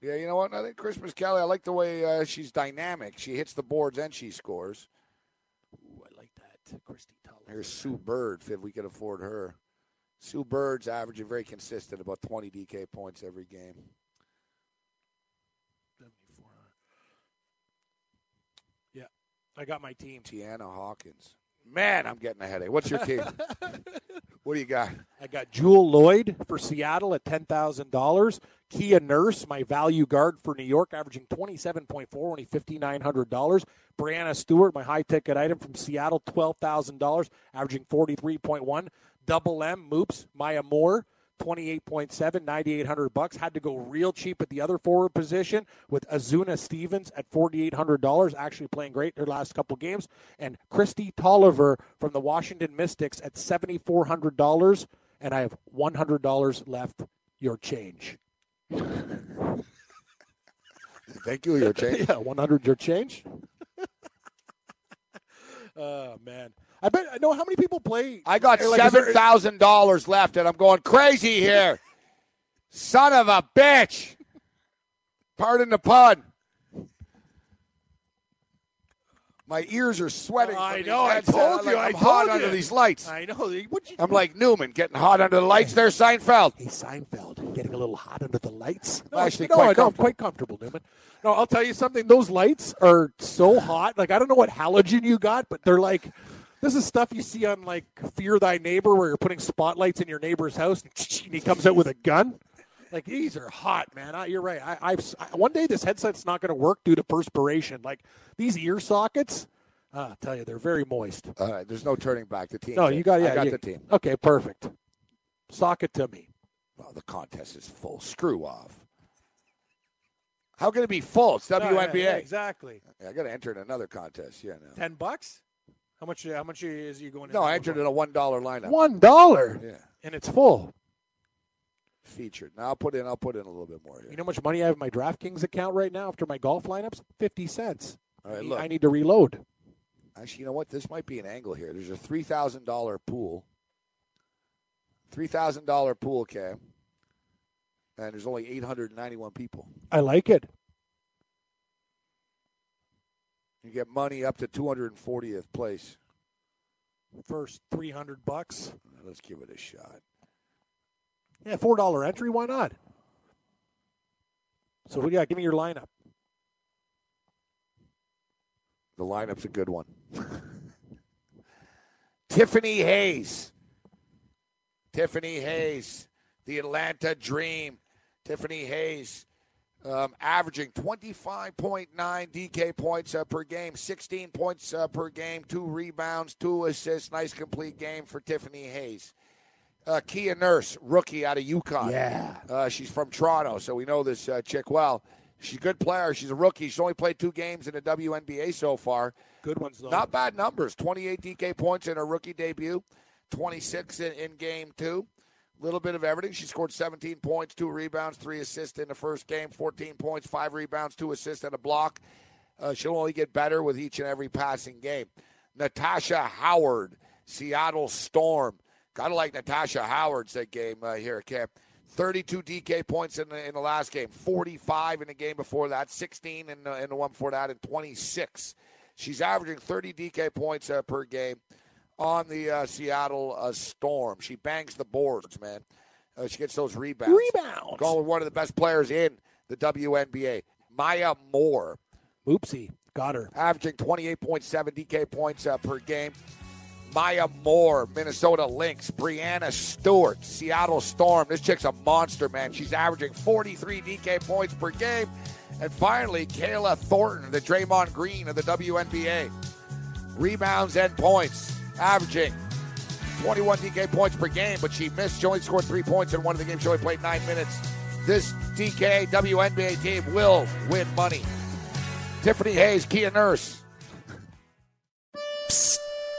[SPEAKER 2] Yeah, you know what? I think Christmas Kelly. I like the way uh, she's dynamic. She hits the boards and she scores.
[SPEAKER 3] Ooh, I like that. Christy Tullis.
[SPEAKER 2] Here's Sue Bird, if we could afford her. Sue Bird's averaging very consistent, about 20 DK points every game.
[SPEAKER 3] 7400. Yeah, I got my team.
[SPEAKER 2] Tiana Hawkins. Man, I'm getting a headache. What's your team? what do you got?
[SPEAKER 3] I got Jewel Lloyd for Seattle at ten thousand dollars. Kia Nurse, my value guard for New York, averaging twenty seven point four, only fifty nine hundred dollars. Brianna Stewart, my high ticket item from Seattle, twelve thousand dollars, averaging forty three point one. Double M Moops, Maya Moore. 28.7, 9,800 bucks. Had to go real cheap at the other forward position with Azuna Stevens at $4,800, actually playing great her last couple games. And Christy Tolliver from the Washington Mystics at $7,400. And I have $100 left, your change.
[SPEAKER 2] Thank you, your change.
[SPEAKER 3] Yeah, 100 your change. oh, man. I bet, I know how many people play.
[SPEAKER 2] I got
[SPEAKER 3] Hey, like, is there-
[SPEAKER 2] seven thousand dollars left, and I'm going crazy here. Son of a bitch! Pardon the pun. My ears are sweating.
[SPEAKER 3] I
[SPEAKER 2] from these
[SPEAKER 3] know, I
[SPEAKER 2] headsets.
[SPEAKER 3] told
[SPEAKER 2] I'm
[SPEAKER 3] you,
[SPEAKER 2] Like,
[SPEAKER 3] I
[SPEAKER 2] I'm hot
[SPEAKER 3] told
[SPEAKER 2] under
[SPEAKER 3] you.
[SPEAKER 2] these lights.
[SPEAKER 3] I know. What'd you
[SPEAKER 2] I'm like Newman getting hot under the lights. There's Seinfeld.
[SPEAKER 3] Hey, Seinfeld, getting a little hot under the lights.
[SPEAKER 2] I'm actually
[SPEAKER 3] no,
[SPEAKER 2] quite
[SPEAKER 3] I know, I'm quite comfortable, Newman. No, I'll tell you something. Those lights are so hot. Like I don't know what halogen you got, but they're like this is stuff you see on like Fear Thy Neighbor, where you're putting spotlights in your neighbor's house, and he comes out with a gun. Like these are hot, man. I, you're right. I, I've s- I- one day this headset's not going to work due to perspiration. Like these ear sockets, uh, I tell you, they're very moist.
[SPEAKER 2] All right, there's no turning back. The team.
[SPEAKER 3] No, you got. Yeah,
[SPEAKER 2] I got
[SPEAKER 3] you-
[SPEAKER 2] the team.
[SPEAKER 3] Okay, perfect. Socket to me.
[SPEAKER 2] Oh, the contest is full. Screw off. How can it be full? It's
[SPEAKER 3] No, yeah,
[SPEAKER 2] WNBA.
[SPEAKER 3] yeah, exactly.
[SPEAKER 2] I got to enter in another contest. Yeah, no.
[SPEAKER 3] Ten bucks? How much? How much is you going?
[SPEAKER 2] No, I entered in a one dollar lineup.
[SPEAKER 3] One dollar,
[SPEAKER 2] Yeah,
[SPEAKER 3] and it's full.
[SPEAKER 2] featured. Now I'll put in. I'll put in a little bit more here.
[SPEAKER 3] You know how much money I have in my DraftKings account right now after my golf lineups? Fifty cents.
[SPEAKER 2] All right,
[SPEAKER 3] I need-
[SPEAKER 2] look.
[SPEAKER 3] I need to reload.
[SPEAKER 2] Actually, you know what? This might be an angle here. There's a three thousand dollar pool. Three thousand dollar pool, Cam. And there's only eight hundred ninety one people.
[SPEAKER 3] I like it.
[SPEAKER 2] You get money up to two hundred and fortieth place.
[SPEAKER 3] First three hundred bucks.
[SPEAKER 2] Let's give it a shot.
[SPEAKER 3] Yeah, four dollar entry. Why not? So what do you got? Give me your lineup.
[SPEAKER 2] The lineup's a good one. Tiffany Hayes. Tiffany Hayes, the Atlanta Dream. Tiffany Hayes, um, averaging 25.9 DK points uh, per game, 16 points uh, per game, two rebounds, two assists. Nice complete game for Tiffany Hayes. Uh, Kia Nurse, rookie out of UConn.
[SPEAKER 3] Yeah.
[SPEAKER 2] Uh, she's from Toronto, so we know this uh, chick well. She's a good player. She's a rookie. She's only played two games in the WNBA so far.
[SPEAKER 3] Good ones though.
[SPEAKER 2] Not bad numbers. 28 DK points in her rookie debut. 26 in, in game two. A little bit of everything. She scored 17 points, two rebounds, three assists in the first game, 14 points, five rebounds, two assists, and a block. Uh, she'll only get better with each and every passing game. Natasha Howard, Seattle Storm. Gotta like Natasha Howard's that game uh, here at camp. 32 DK points in the, in the last game, 45 in the game before that, 16 in the, in the one before that, and 26. She's averaging 30 DK points uh, per game on the uh, Seattle uh, Storm. She bangs the boards, man. Uh, she gets those rebounds.
[SPEAKER 3] Rebounds.
[SPEAKER 2] Going with one of the best players in the WNBA, Maya Moore,
[SPEAKER 3] Oopsie. Got her.
[SPEAKER 2] averaging 28.7 DK points uh, per game. Maya Moore, Minnesota Lynx, Brianna Stewart, Seattle Storm. This chick's a monster, man. She's averaging 43 DK points per game. And finally, Kayla Thornton, the Draymond Green of the WNBA. Rebounds and points, averaging 21 DK points per game, but she missed. She only scored three points in one of the games. She only played nine minutes. This DK WNBA team will win money. Tiffany Hayes, Kia Nurse.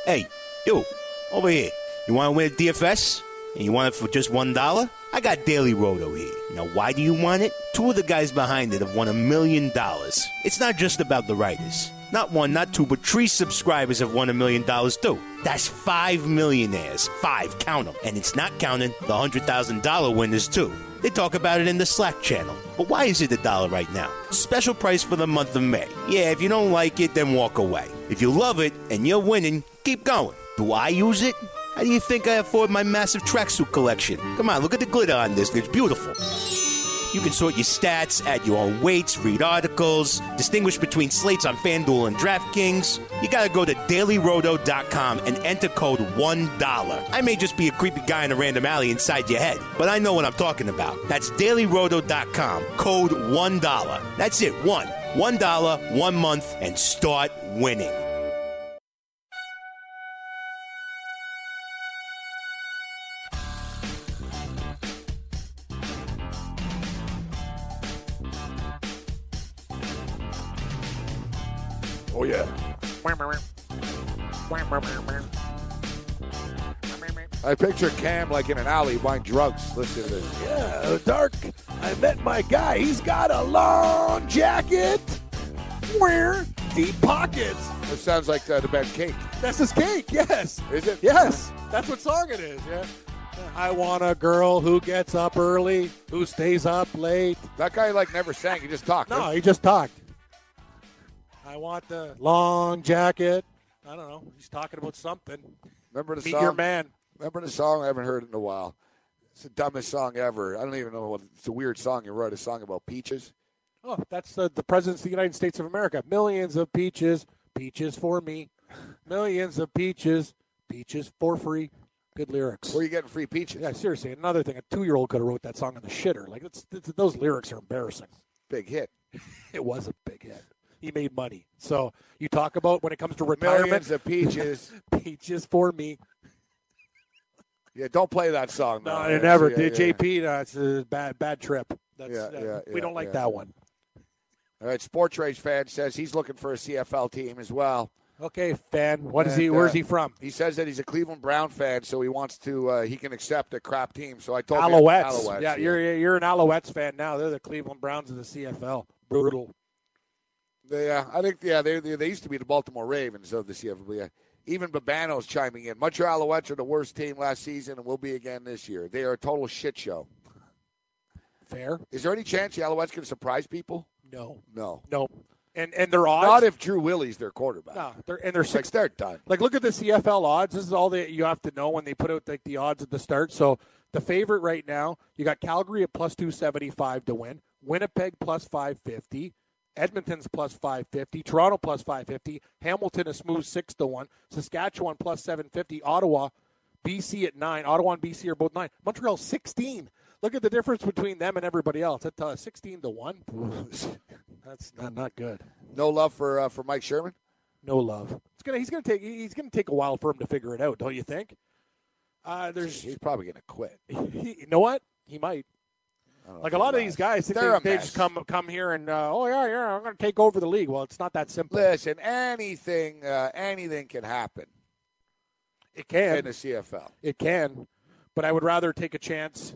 [SPEAKER 1] Hey, you, over here. You want to win a DFS? And you want it for just one dollar? I got Daily Roto here. Now, why do you want it? Two of the guys behind it have won a million dollars. It's not just about the writers. Not one, not two, but three subscribers have won a million dollars too. That's five millionaires. Five, count them. And it's not counting the $100,000 winners too. They talk about it in the Slack channel. But why is it a dollar right now? Special price for the month of May. Yeah, if you don't like it, then walk away. If you love it and you're winning, keep going. Do I use it? How do you think I afford my massive tracksuit collection? Come on, look at the glitter on this. It's beautiful. You can sort your stats, add your own weights, read articles, distinguish between slates on FanDuel and DraftKings. You gotta go to dailyroto.com and enter code $1. I may just be a creepy guy in a random alley inside your head, but I know what I'm talking about. That's dailyroto.com, code $1. That's it, one. $1, one month, and start winning.
[SPEAKER 2] Oh, yeah. I picture Cam like in an alley buying drugs. Listen to this. Yeah, dark. I met my guy. He's got a long jacket. Where deep pockets. It sounds like uh, the band Cake.
[SPEAKER 3] That's his cake. Yes.
[SPEAKER 2] Is it?
[SPEAKER 3] Yes. That's what song it is. Yeah. I want a girl who gets up early, who stays up late.
[SPEAKER 2] That guy like never sang. He just talked.
[SPEAKER 3] No, he just talked. I want the long jacket. I don't know. He's talking about something.
[SPEAKER 2] Remember the
[SPEAKER 3] Meet
[SPEAKER 2] song?
[SPEAKER 3] your man.
[SPEAKER 2] Remember the song I haven't heard in a while. It's the dumbest song ever. I don't even know what. It's a weird song. You wrote a song about peaches.
[SPEAKER 3] Oh, that's uh, the presidents of the United States of America. Millions of peaches, peaches for me. Millions of peaches, peaches for free. Good lyrics.
[SPEAKER 2] Where are you getting free peaches?
[SPEAKER 3] Yeah, seriously. Another thing, a two-year-old could have wrote that song on the shitter. Like, it's, it's, those lyrics are embarrassing.
[SPEAKER 2] Big hit.
[SPEAKER 3] It was a big hit. He made money. So you talk about when it comes to retirement,
[SPEAKER 2] Millions of peaches.
[SPEAKER 3] peaches for me.
[SPEAKER 2] yeah, don't play that song.
[SPEAKER 3] No,
[SPEAKER 2] now.
[SPEAKER 3] I
[SPEAKER 2] Oh, Yeah,
[SPEAKER 3] never
[SPEAKER 2] yeah,
[SPEAKER 3] did.
[SPEAKER 2] yeah.
[SPEAKER 3] JP, that's a bad bad trip. That's,
[SPEAKER 2] Yeah,
[SPEAKER 3] uh,
[SPEAKER 2] yeah,
[SPEAKER 3] we
[SPEAKER 2] yeah,
[SPEAKER 3] don't like
[SPEAKER 2] yeah.
[SPEAKER 3] that one.
[SPEAKER 2] All right, Sports Rage fan says he's looking for a CFL team as well.
[SPEAKER 3] Okay, fan. What is
[SPEAKER 2] And,
[SPEAKER 3] he?
[SPEAKER 2] uh,
[SPEAKER 3] Where's he from?
[SPEAKER 2] He says that he's a Cleveland Brown fan, so he wants to. Uh, he can accept a crap team. So I told him
[SPEAKER 3] Alouettes.
[SPEAKER 2] Alouettes,
[SPEAKER 3] Yeah, you're you're an Alouettes fan now. They're the Cleveland Browns of the CFL. Brutal.
[SPEAKER 2] They, uh, I think, yeah, they, they they used to be the Baltimore Ravens of the CFL. Yeah. Even Babano's chiming in. Montreal Alouettes are the worst team last season and will be again this year. They are a total shit show.
[SPEAKER 3] Fair?
[SPEAKER 2] Is there any chance the Alouettes can surprise people?
[SPEAKER 3] No,
[SPEAKER 2] No.
[SPEAKER 3] no. And and their odds.
[SPEAKER 2] Not if Drew Willie's their quarterback.
[SPEAKER 3] Nah, they're and they're
[SPEAKER 2] It's like
[SPEAKER 3] six.
[SPEAKER 2] they're done.
[SPEAKER 3] Like look at the CFL odds. This is all that you have to know when they put out like the odds at the start. So the favorite right now, you got Calgary at plus two seventy five to win. Winnipeg plus five fifty. Edmonton's plus five fifty. Toronto plus five fifty. Hamilton a smooth six to one. Saskatchewan plus seven fifty. Ottawa, BC at nine. Ottawa and BC are both nine. Montreal sixteen. Look at the difference between them and everybody else. That's uh, sixteen to one. That's not not good.
[SPEAKER 2] No love for uh, for Mike Sherman.
[SPEAKER 3] No love. It's gonna. He's gonna take. He's gonna take a while for him to figure it out. Don't you think? Uh, there's.
[SPEAKER 2] He's probably going to quit.
[SPEAKER 3] He, you know what? He might.
[SPEAKER 2] I don't know
[SPEAKER 3] Like
[SPEAKER 2] if
[SPEAKER 3] a
[SPEAKER 2] he
[SPEAKER 3] lot of
[SPEAKER 2] will.
[SPEAKER 3] these guys, think
[SPEAKER 2] They're
[SPEAKER 3] they,
[SPEAKER 2] a
[SPEAKER 3] they just
[SPEAKER 2] mess.
[SPEAKER 3] come come here and uh, oh yeah yeah I'm gonna take over the league. Well, it's not that simple.
[SPEAKER 2] Listen, anything uh, anything can happen.
[SPEAKER 3] It can.
[SPEAKER 2] in the CFL.
[SPEAKER 3] It can, but I would rather take a chance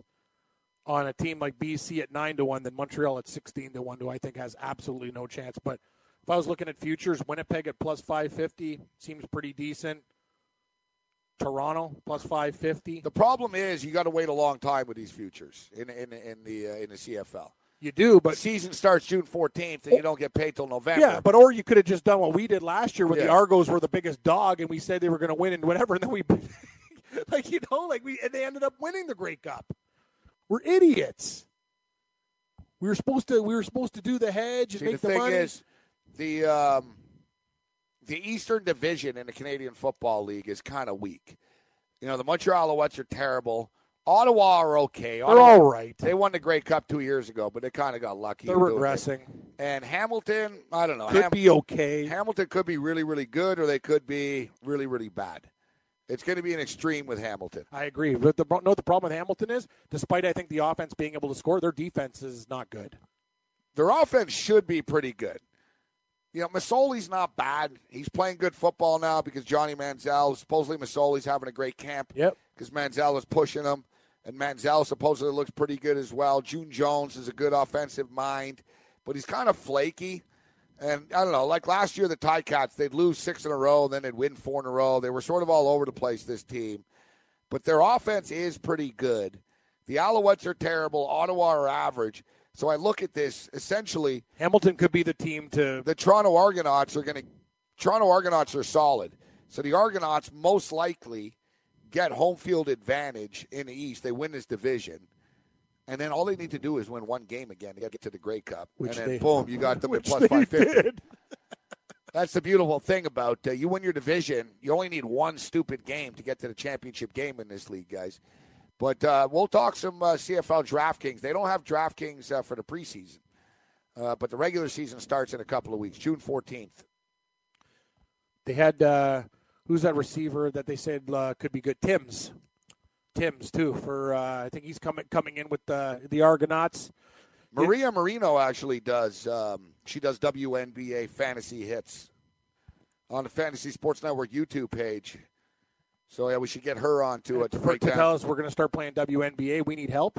[SPEAKER 3] on a team like BC at nine to one than Montreal at sixteen to one, who I think has absolutely no chance. But if I was looking at futures, Winnipeg at plus five fifty seems pretty decent. Toronto plus five fifty.
[SPEAKER 2] The problem is you got to wait a long time with these futures in in in the uh, in the CFL.
[SPEAKER 3] You do,
[SPEAKER 2] But
[SPEAKER 3] but
[SPEAKER 2] season starts June 14th, and you don't get paid till November.
[SPEAKER 3] yeah, but or you could have just done what we did last year when the
[SPEAKER 2] Yeah.
[SPEAKER 3] Argos were the biggest dog, and we said they were going to win and whatever, and then we, like you know, like we and they ended up winning the Great Cup. We're idiots. We were supposed to we were supposed to do the hedge and
[SPEAKER 2] See, the
[SPEAKER 3] make the,
[SPEAKER 2] thing
[SPEAKER 3] money.
[SPEAKER 2] is, the um, the Eastern Division in the Canadian Football League is kind of weak. You know, the Montreal Alouettes are terrible. Ottawa are okay.
[SPEAKER 3] They're
[SPEAKER 2] Ottawa,
[SPEAKER 3] all right.
[SPEAKER 2] They won the Grey Cup two years ago, but they kind of got lucky.
[SPEAKER 3] They're
[SPEAKER 2] in doing it.
[SPEAKER 3] regressing.
[SPEAKER 2] And Hamilton, I don't know.
[SPEAKER 3] Could
[SPEAKER 2] Ham-
[SPEAKER 3] be okay.
[SPEAKER 2] Hamilton could be really, really good, or they could be really, really bad. It's going to be an extreme with Hamilton.
[SPEAKER 3] I agree. But the no, the problem with Hamilton is, despite I think the offense being able to score, their defense is not good.
[SPEAKER 2] Their offense should be pretty good. You know, Masoli's not bad. He's playing good football now because Johnny Manziel, supposedly Masoli's having a great camp.
[SPEAKER 3] Yep.
[SPEAKER 2] because Manziel was pushing him, and Manziel supposedly looks pretty good as well. June Jones is a good offensive mind, but he's kind of flaky. And I don't know, like last year, the Tie Cats, they'd lose six in a row, and then they'd win four in a row. They were sort of all over the place, this team. But their offense is pretty good. The Alouettes are terrible. Ottawa are average. So I look at this essentially
[SPEAKER 3] Hamilton could be the team to
[SPEAKER 2] the Toronto Argonauts are going to. Toronto Argonauts are solid, so the Argonauts most likely get home field advantage in the East. They win this division, and then all they need to do is win one game again to get to the Grey Cup,
[SPEAKER 3] Which
[SPEAKER 2] and then
[SPEAKER 3] they-
[SPEAKER 2] boom, you got them at
[SPEAKER 3] which
[SPEAKER 2] plus
[SPEAKER 3] they
[SPEAKER 2] five fifty.
[SPEAKER 3] did.
[SPEAKER 2] That's the beautiful thing about uh, you win your division. You only need one stupid game to get to the championship game in this league, guys. But uh, we'll talk some uh, CFL DraftKings. They don't have DraftKings uh, for the preseason, uh, but the regular season starts in a couple of weeks, June fourteenth.
[SPEAKER 3] They had uh, who's that receiver that they said uh, could be good? Tim's, Tim's too. For uh, I think he's coming coming in with the the Argonauts.
[SPEAKER 2] Maria Marino actually does. Um, she does WNBA fantasy hits on the Fantasy Sports Network YouTube page. So yeah, we should get her on to it to
[SPEAKER 3] For-
[SPEAKER 2] break
[SPEAKER 3] to
[SPEAKER 2] down.
[SPEAKER 3] tell us we're going to start playing WNBA. We need help.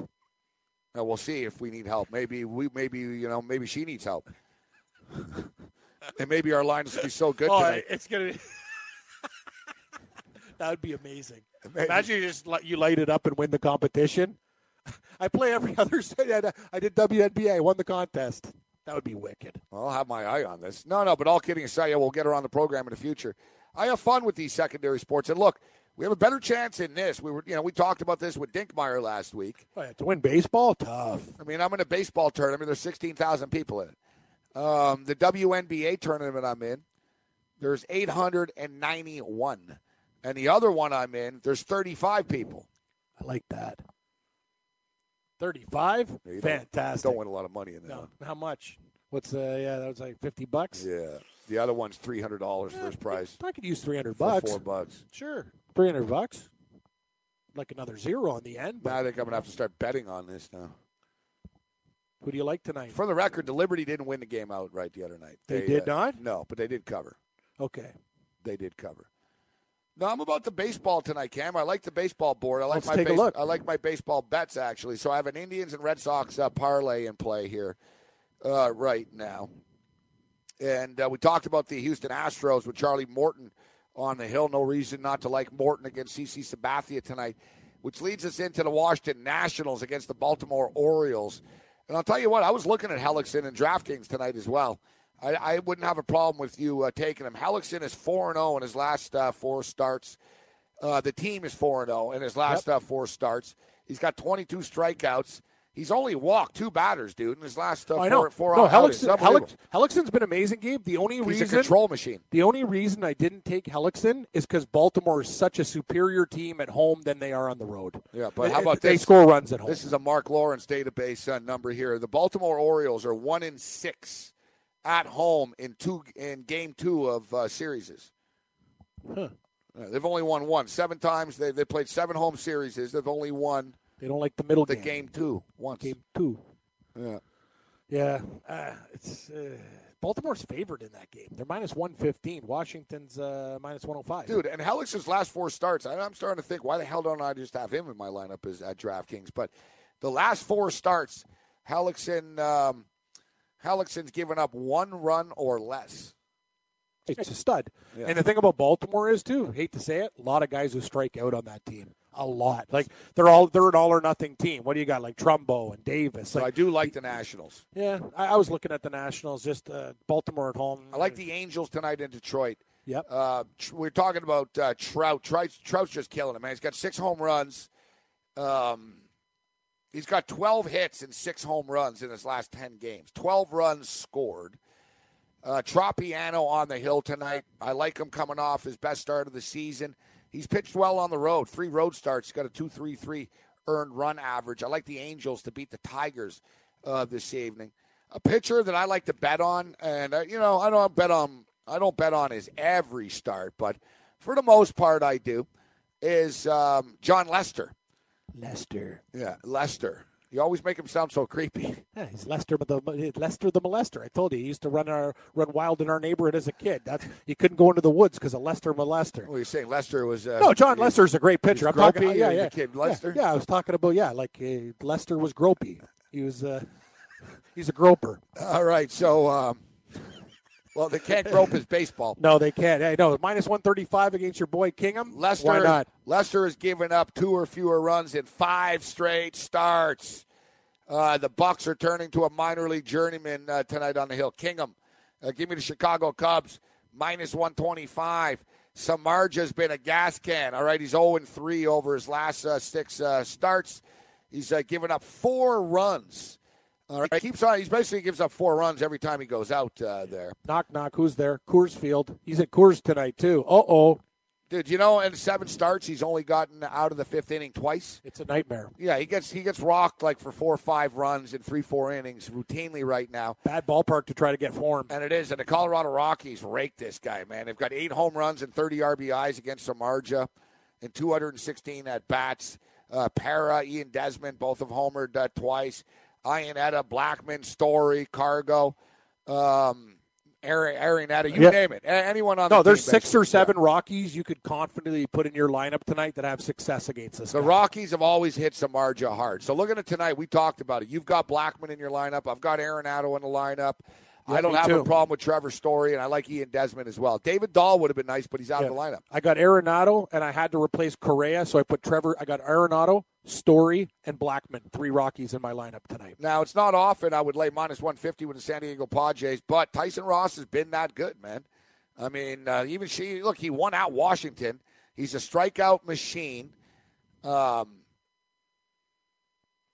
[SPEAKER 2] Uh, we'll see if we need help. Maybe we, maybe you know, maybe she needs help, and maybe our lines will be so good tonight.
[SPEAKER 3] Oh, it's gonna. be... that would be amazing.
[SPEAKER 2] Maybe.
[SPEAKER 3] Imagine you just li- you light it up and win the competition. I play every other. Sunday. I did WNBA. I won the contest. That would be wicked.
[SPEAKER 2] I'll have my eye on this. No, no, but all kidding aside, yeah, we'll get her on the program in the future. I have fun with these secondary sports, and look, we have a better chance in this. We were, you know, we talked about this with Dinkmeyer last week.
[SPEAKER 3] Oh, yeah, to win baseball, tough.
[SPEAKER 2] I mean, I'm in a baseball tournament. There's 16,000 people in it. Um, the WNBA tournament I'm in, there's 891. And the other one I'm in, there's 35 people.
[SPEAKER 3] I like that. Thirty-five,
[SPEAKER 2] Yeah, you don't-
[SPEAKER 3] fantastic.
[SPEAKER 2] Don't win a lot of money in that.
[SPEAKER 3] No, how much? What's uh? Yeah, that was like fifty bucks.
[SPEAKER 2] Yeah. The other one's $300
[SPEAKER 3] Yeah,
[SPEAKER 2] first prize.
[SPEAKER 3] I could use three hundred
[SPEAKER 2] for
[SPEAKER 3] bucks.
[SPEAKER 2] Four bucks.
[SPEAKER 3] Sure, three hundred bucks. Like another zero on the end. But
[SPEAKER 2] Now I think I'm going to have to start betting on this now.
[SPEAKER 3] who do you like tonight?
[SPEAKER 2] For the record, the Liberty didn't win the game outright the other night. uh,
[SPEAKER 3] They did not?
[SPEAKER 2] No, but they did cover.
[SPEAKER 3] Okay,
[SPEAKER 2] they did cover. No, I'm about the baseball tonight, Cam. I like the baseball board. I like
[SPEAKER 3] Let's
[SPEAKER 2] my
[SPEAKER 3] take a
[SPEAKER 2] base-
[SPEAKER 3] look.
[SPEAKER 2] I like my baseball bets actually. So I have an Indians and Red Sox uh, parlay in play here uh, right now, and uh, we talked about the Houston Astros with Charlie Morton on the hill. No reason not to like Morton against CC Sabathia tonight, which leads us into the Washington Nationals against the Baltimore Orioles. And I'll tell you what, I was looking at Hellickson and DraftKings tonight as well. I, I wouldn't have a problem with you uh, taking him. Hellickson is 4 0 in his last uh, four starts. Uh, the team is 4 0 in his last uh, four starts. He's got 22 strikeouts. He's only walked two batters, dude, in his last uh,
[SPEAKER 3] I
[SPEAKER 2] four,
[SPEAKER 3] know.
[SPEAKER 2] four
[SPEAKER 3] no,
[SPEAKER 2] out- outings.
[SPEAKER 3] Hellickson,
[SPEAKER 2] Unbelievable.
[SPEAKER 3] Hellick, Hellickson's been amazing, Gabe. The only
[SPEAKER 2] He's a
[SPEAKER 3] reason
[SPEAKER 2] control machine.
[SPEAKER 3] the only reason I didn't take Hellickson is because Baltimore is such a superior team at home than they are on the road.
[SPEAKER 2] Yeah, but
[SPEAKER 3] They-
[SPEAKER 2] how about
[SPEAKER 3] they
[SPEAKER 2] this?
[SPEAKER 3] score runs at home?
[SPEAKER 2] This is a Mark Lawrence database uh, number here. The Baltimore Orioles are one in six at home in two in game two of uh, series. Uh,
[SPEAKER 3] Huh.
[SPEAKER 2] they've only won one seven times. They they played seven home series. They've only won
[SPEAKER 3] they don't like the middle
[SPEAKER 2] the
[SPEAKER 3] game.
[SPEAKER 2] game two once.
[SPEAKER 3] Game two.
[SPEAKER 2] Yeah.
[SPEAKER 3] Yeah, uh, it's uh, Baltimore's favored in that game. They're minus one fifteen. Washington's uh, minus one hundred five.
[SPEAKER 2] Dude, and Hellick's last four starts, I, I'm starting to think, why the hell don't I just have him in my lineup as, at DraftKings? But the last four starts, Hellickson, um, Hellickson's given up one run or less.
[SPEAKER 3] it's a stud. And the thing about Baltimore is too, hate to say it, a lot of guys who strike out on that team. A lot. Like they're all they're an all or nothing team. What do you got? Like Trumbo and Davis.
[SPEAKER 2] So I
[SPEAKER 3] Like
[SPEAKER 2] do like the Nationals.
[SPEAKER 3] yeah, I, I was looking at the Nationals, just uh, Baltimore at home.
[SPEAKER 2] I like the Angels tonight in Detroit.
[SPEAKER 3] Yep.
[SPEAKER 2] Uh, tr- we're talking about uh, Trout. Trout. Trout's just killing it, man. He's got six home runs. Um, he's got 12 hits and six home runs in his last 10 games. 12 runs scored. Uh, Tropiano on the hill tonight. I like him coming off his best start of the season. He's pitched well on the road. Three road starts. He's got a 2.33 earned run average. I like the Angels to beat the Tigers uh, this evening. A pitcher that I like to bet on, and uh, you know, I don't bet on. I don't bet on his every start, but for the most part, I do. Is um, John Lester?
[SPEAKER 3] Lester.
[SPEAKER 2] Yeah, Lester. You always make him sound so creepy.
[SPEAKER 3] Yeah, he's Lester, but the Lester the molester. I told you, he used to run our run wild in our neighborhood as a kid. That's you couldn't go into the woods because of Lester molester.
[SPEAKER 2] What are you saying? Lester was uh,
[SPEAKER 3] No, John
[SPEAKER 2] he-
[SPEAKER 3] Lester's a great pitcher.
[SPEAKER 2] Oh, he's
[SPEAKER 3] I'm talking
[SPEAKER 2] gropey,
[SPEAKER 3] about yeah,
[SPEAKER 2] or he's a
[SPEAKER 3] yeah.
[SPEAKER 2] kid,
[SPEAKER 3] Yeah,
[SPEAKER 2] Lester?
[SPEAKER 3] Yeah, I was talking about yeah, like uh, Lester was gropey. He was uh, he's a groper.
[SPEAKER 2] All right, so um, well, they can't grope his baseball.
[SPEAKER 3] No, they can't. Hey, no, minus one thirty five against your boy Kingham.
[SPEAKER 2] Lester,
[SPEAKER 3] why not?
[SPEAKER 2] Lester has given up two or fewer runs in five straight starts. Uh, the Bucks are turning to a minor league journeyman uh, tonight on the hill. Kingham, uh, give me the Chicago Cubs minus one twenty five. Samarja's been a gas can. All right, he's zero and three over his last uh, six uh, starts. He's uh, given up four runs. All right, keeps on. He's basically gives up four runs every time he goes out uh, there.
[SPEAKER 3] Knock knock. Who's there? Coors Field. He's at Coors tonight too. Uh oh,
[SPEAKER 2] Dude, you know, in seven starts, he's only gotten out of the fifth inning twice.
[SPEAKER 3] it's a nightmare.
[SPEAKER 2] Yeah, he gets he gets rocked like for four or five runs in three four innings routinely right now,
[SPEAKER 3] Bad ballpark to try to get form.
[SPEAKER 2] and it is. And the Colorado Rockies rake this guy, man. They've got eight home runs and thirty RBIs against Samarja, and two hundred and sixteen at bats. Uh, Para, Ian Desmond, both have homered uh, twice. Ionetta, Blackman, Story, Cargo, um, Aaron, Aaronetta, you
[SPEAKER 3] Yeah.
[SPEAKER 2] name it. A- anyone on
[SPEAKER 3] No,
[SPEAKER 2] the
[SPEAKER 3] there's
[SPEAKER 2] team,
[SPEAKER 3] six or
[SPEAKER 2] basically. Yeah.
[SPEAKER 3] seven Rockies you could confidently put in your lineup tonight that have success against us.
[SPEAKER 2] The Rockies have always hit Samarja hard. So look at it tonight. We talked about it. You've got Blackman in your lineup. I've got Aaron Addo in the lineup. I don't
[SPEAKER 3] me
[SPEAKER 2] have a
[SPEAKER 3] too.
[SPEAKER 2] problem with Trevor Story, and I like Ian Desmond as well. David Dahl would have been nice, but he's out of the lineup.
[SPEAKER 3] I got Arenado, and I had to replace Correa, so I put Trevor. I got Arenado, Story, and Blackman. Three Rockies in my lineup tonight.
[SPEAKER 2] Now, it's not often I would lay minus 150 with the San Diego Padres, but Tyson Ross has been that good, man. I mean, uh, even she, look, he won out Washington. He's a strikeout machine. Um,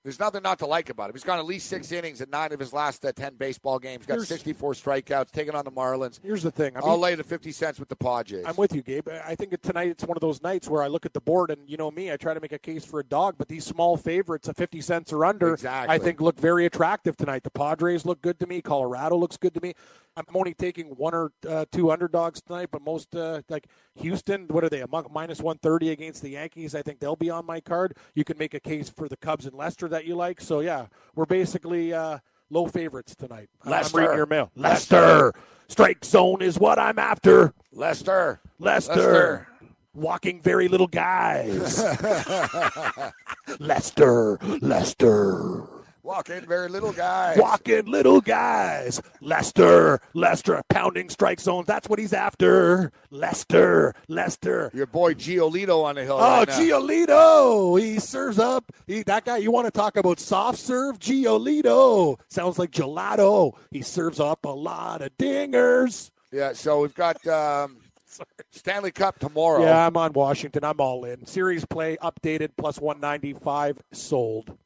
[SPEAKER 2] there's nothing not to like about him. He's gone at least six innings in nine of his last uh, 10 baseball games. Got
[SPEAKER 3] Here's-
[SPEAKER 2] 64 strikeouts, taking on the Marlins.
[SPEAKER 3] Here's the thing. I
[SPEAKER 2] I'll lay the 50 cents with the Padres.
[SPEAKER 3] I'm with you, Gabe. I think tonight it's one of those nights where I look at the board, and you know me, I try to make a case for a dog, but these small favorites of 50 cents or under,
[SPEAKER 2] Exactly.
[SPEAKER 3] I think look very attractive tonight. The Padres look good to me. Colorado looks good to me. I'm only taking one or uh, two underdogs tonight, but most uh, like Houston, what are they? A mon- minus 130 against the Yankees. I think they'll be on my card. You can make a case for the Cubs and Lester that you like. So yeah, we're basically. Uh, Low favorites tonight. I'm-
[SPEAKER 2] Lester.
[SPEAKER 3] I'm reading your mail. Lester. Strike zone is what I'm after.
[SPEAKER 2] Lester.
[SPEAKER 3] Lester,
[SPEAKER 2] Lester.
[SPEAKER 3] walking very little guys. Lester, Lester,
[SPEAKER 2] Walk in, very little guy.
[SPEAKER 3] walking little guys. Lester, Lester, pounding strike zones. That's what he's after. Lester, Lester.
[SPEAKER 2] Your boy Giolito on the hill.
[SPEAKER 3] Oh,
[SPEAKER 2] right now.
[SPEAKER 3] Giolito, he serves up. He, that guy, you want to talk about soft serve? Giolito sounds like gelato. He serves up a lot of dingers.
[SPEAKER 2] Yeah, so we've got um, Stanley Cup tomorrow.
[SPEAKER 3] Yeah, I'm on Washington. I'm all in. Series play updated plus 195 sold.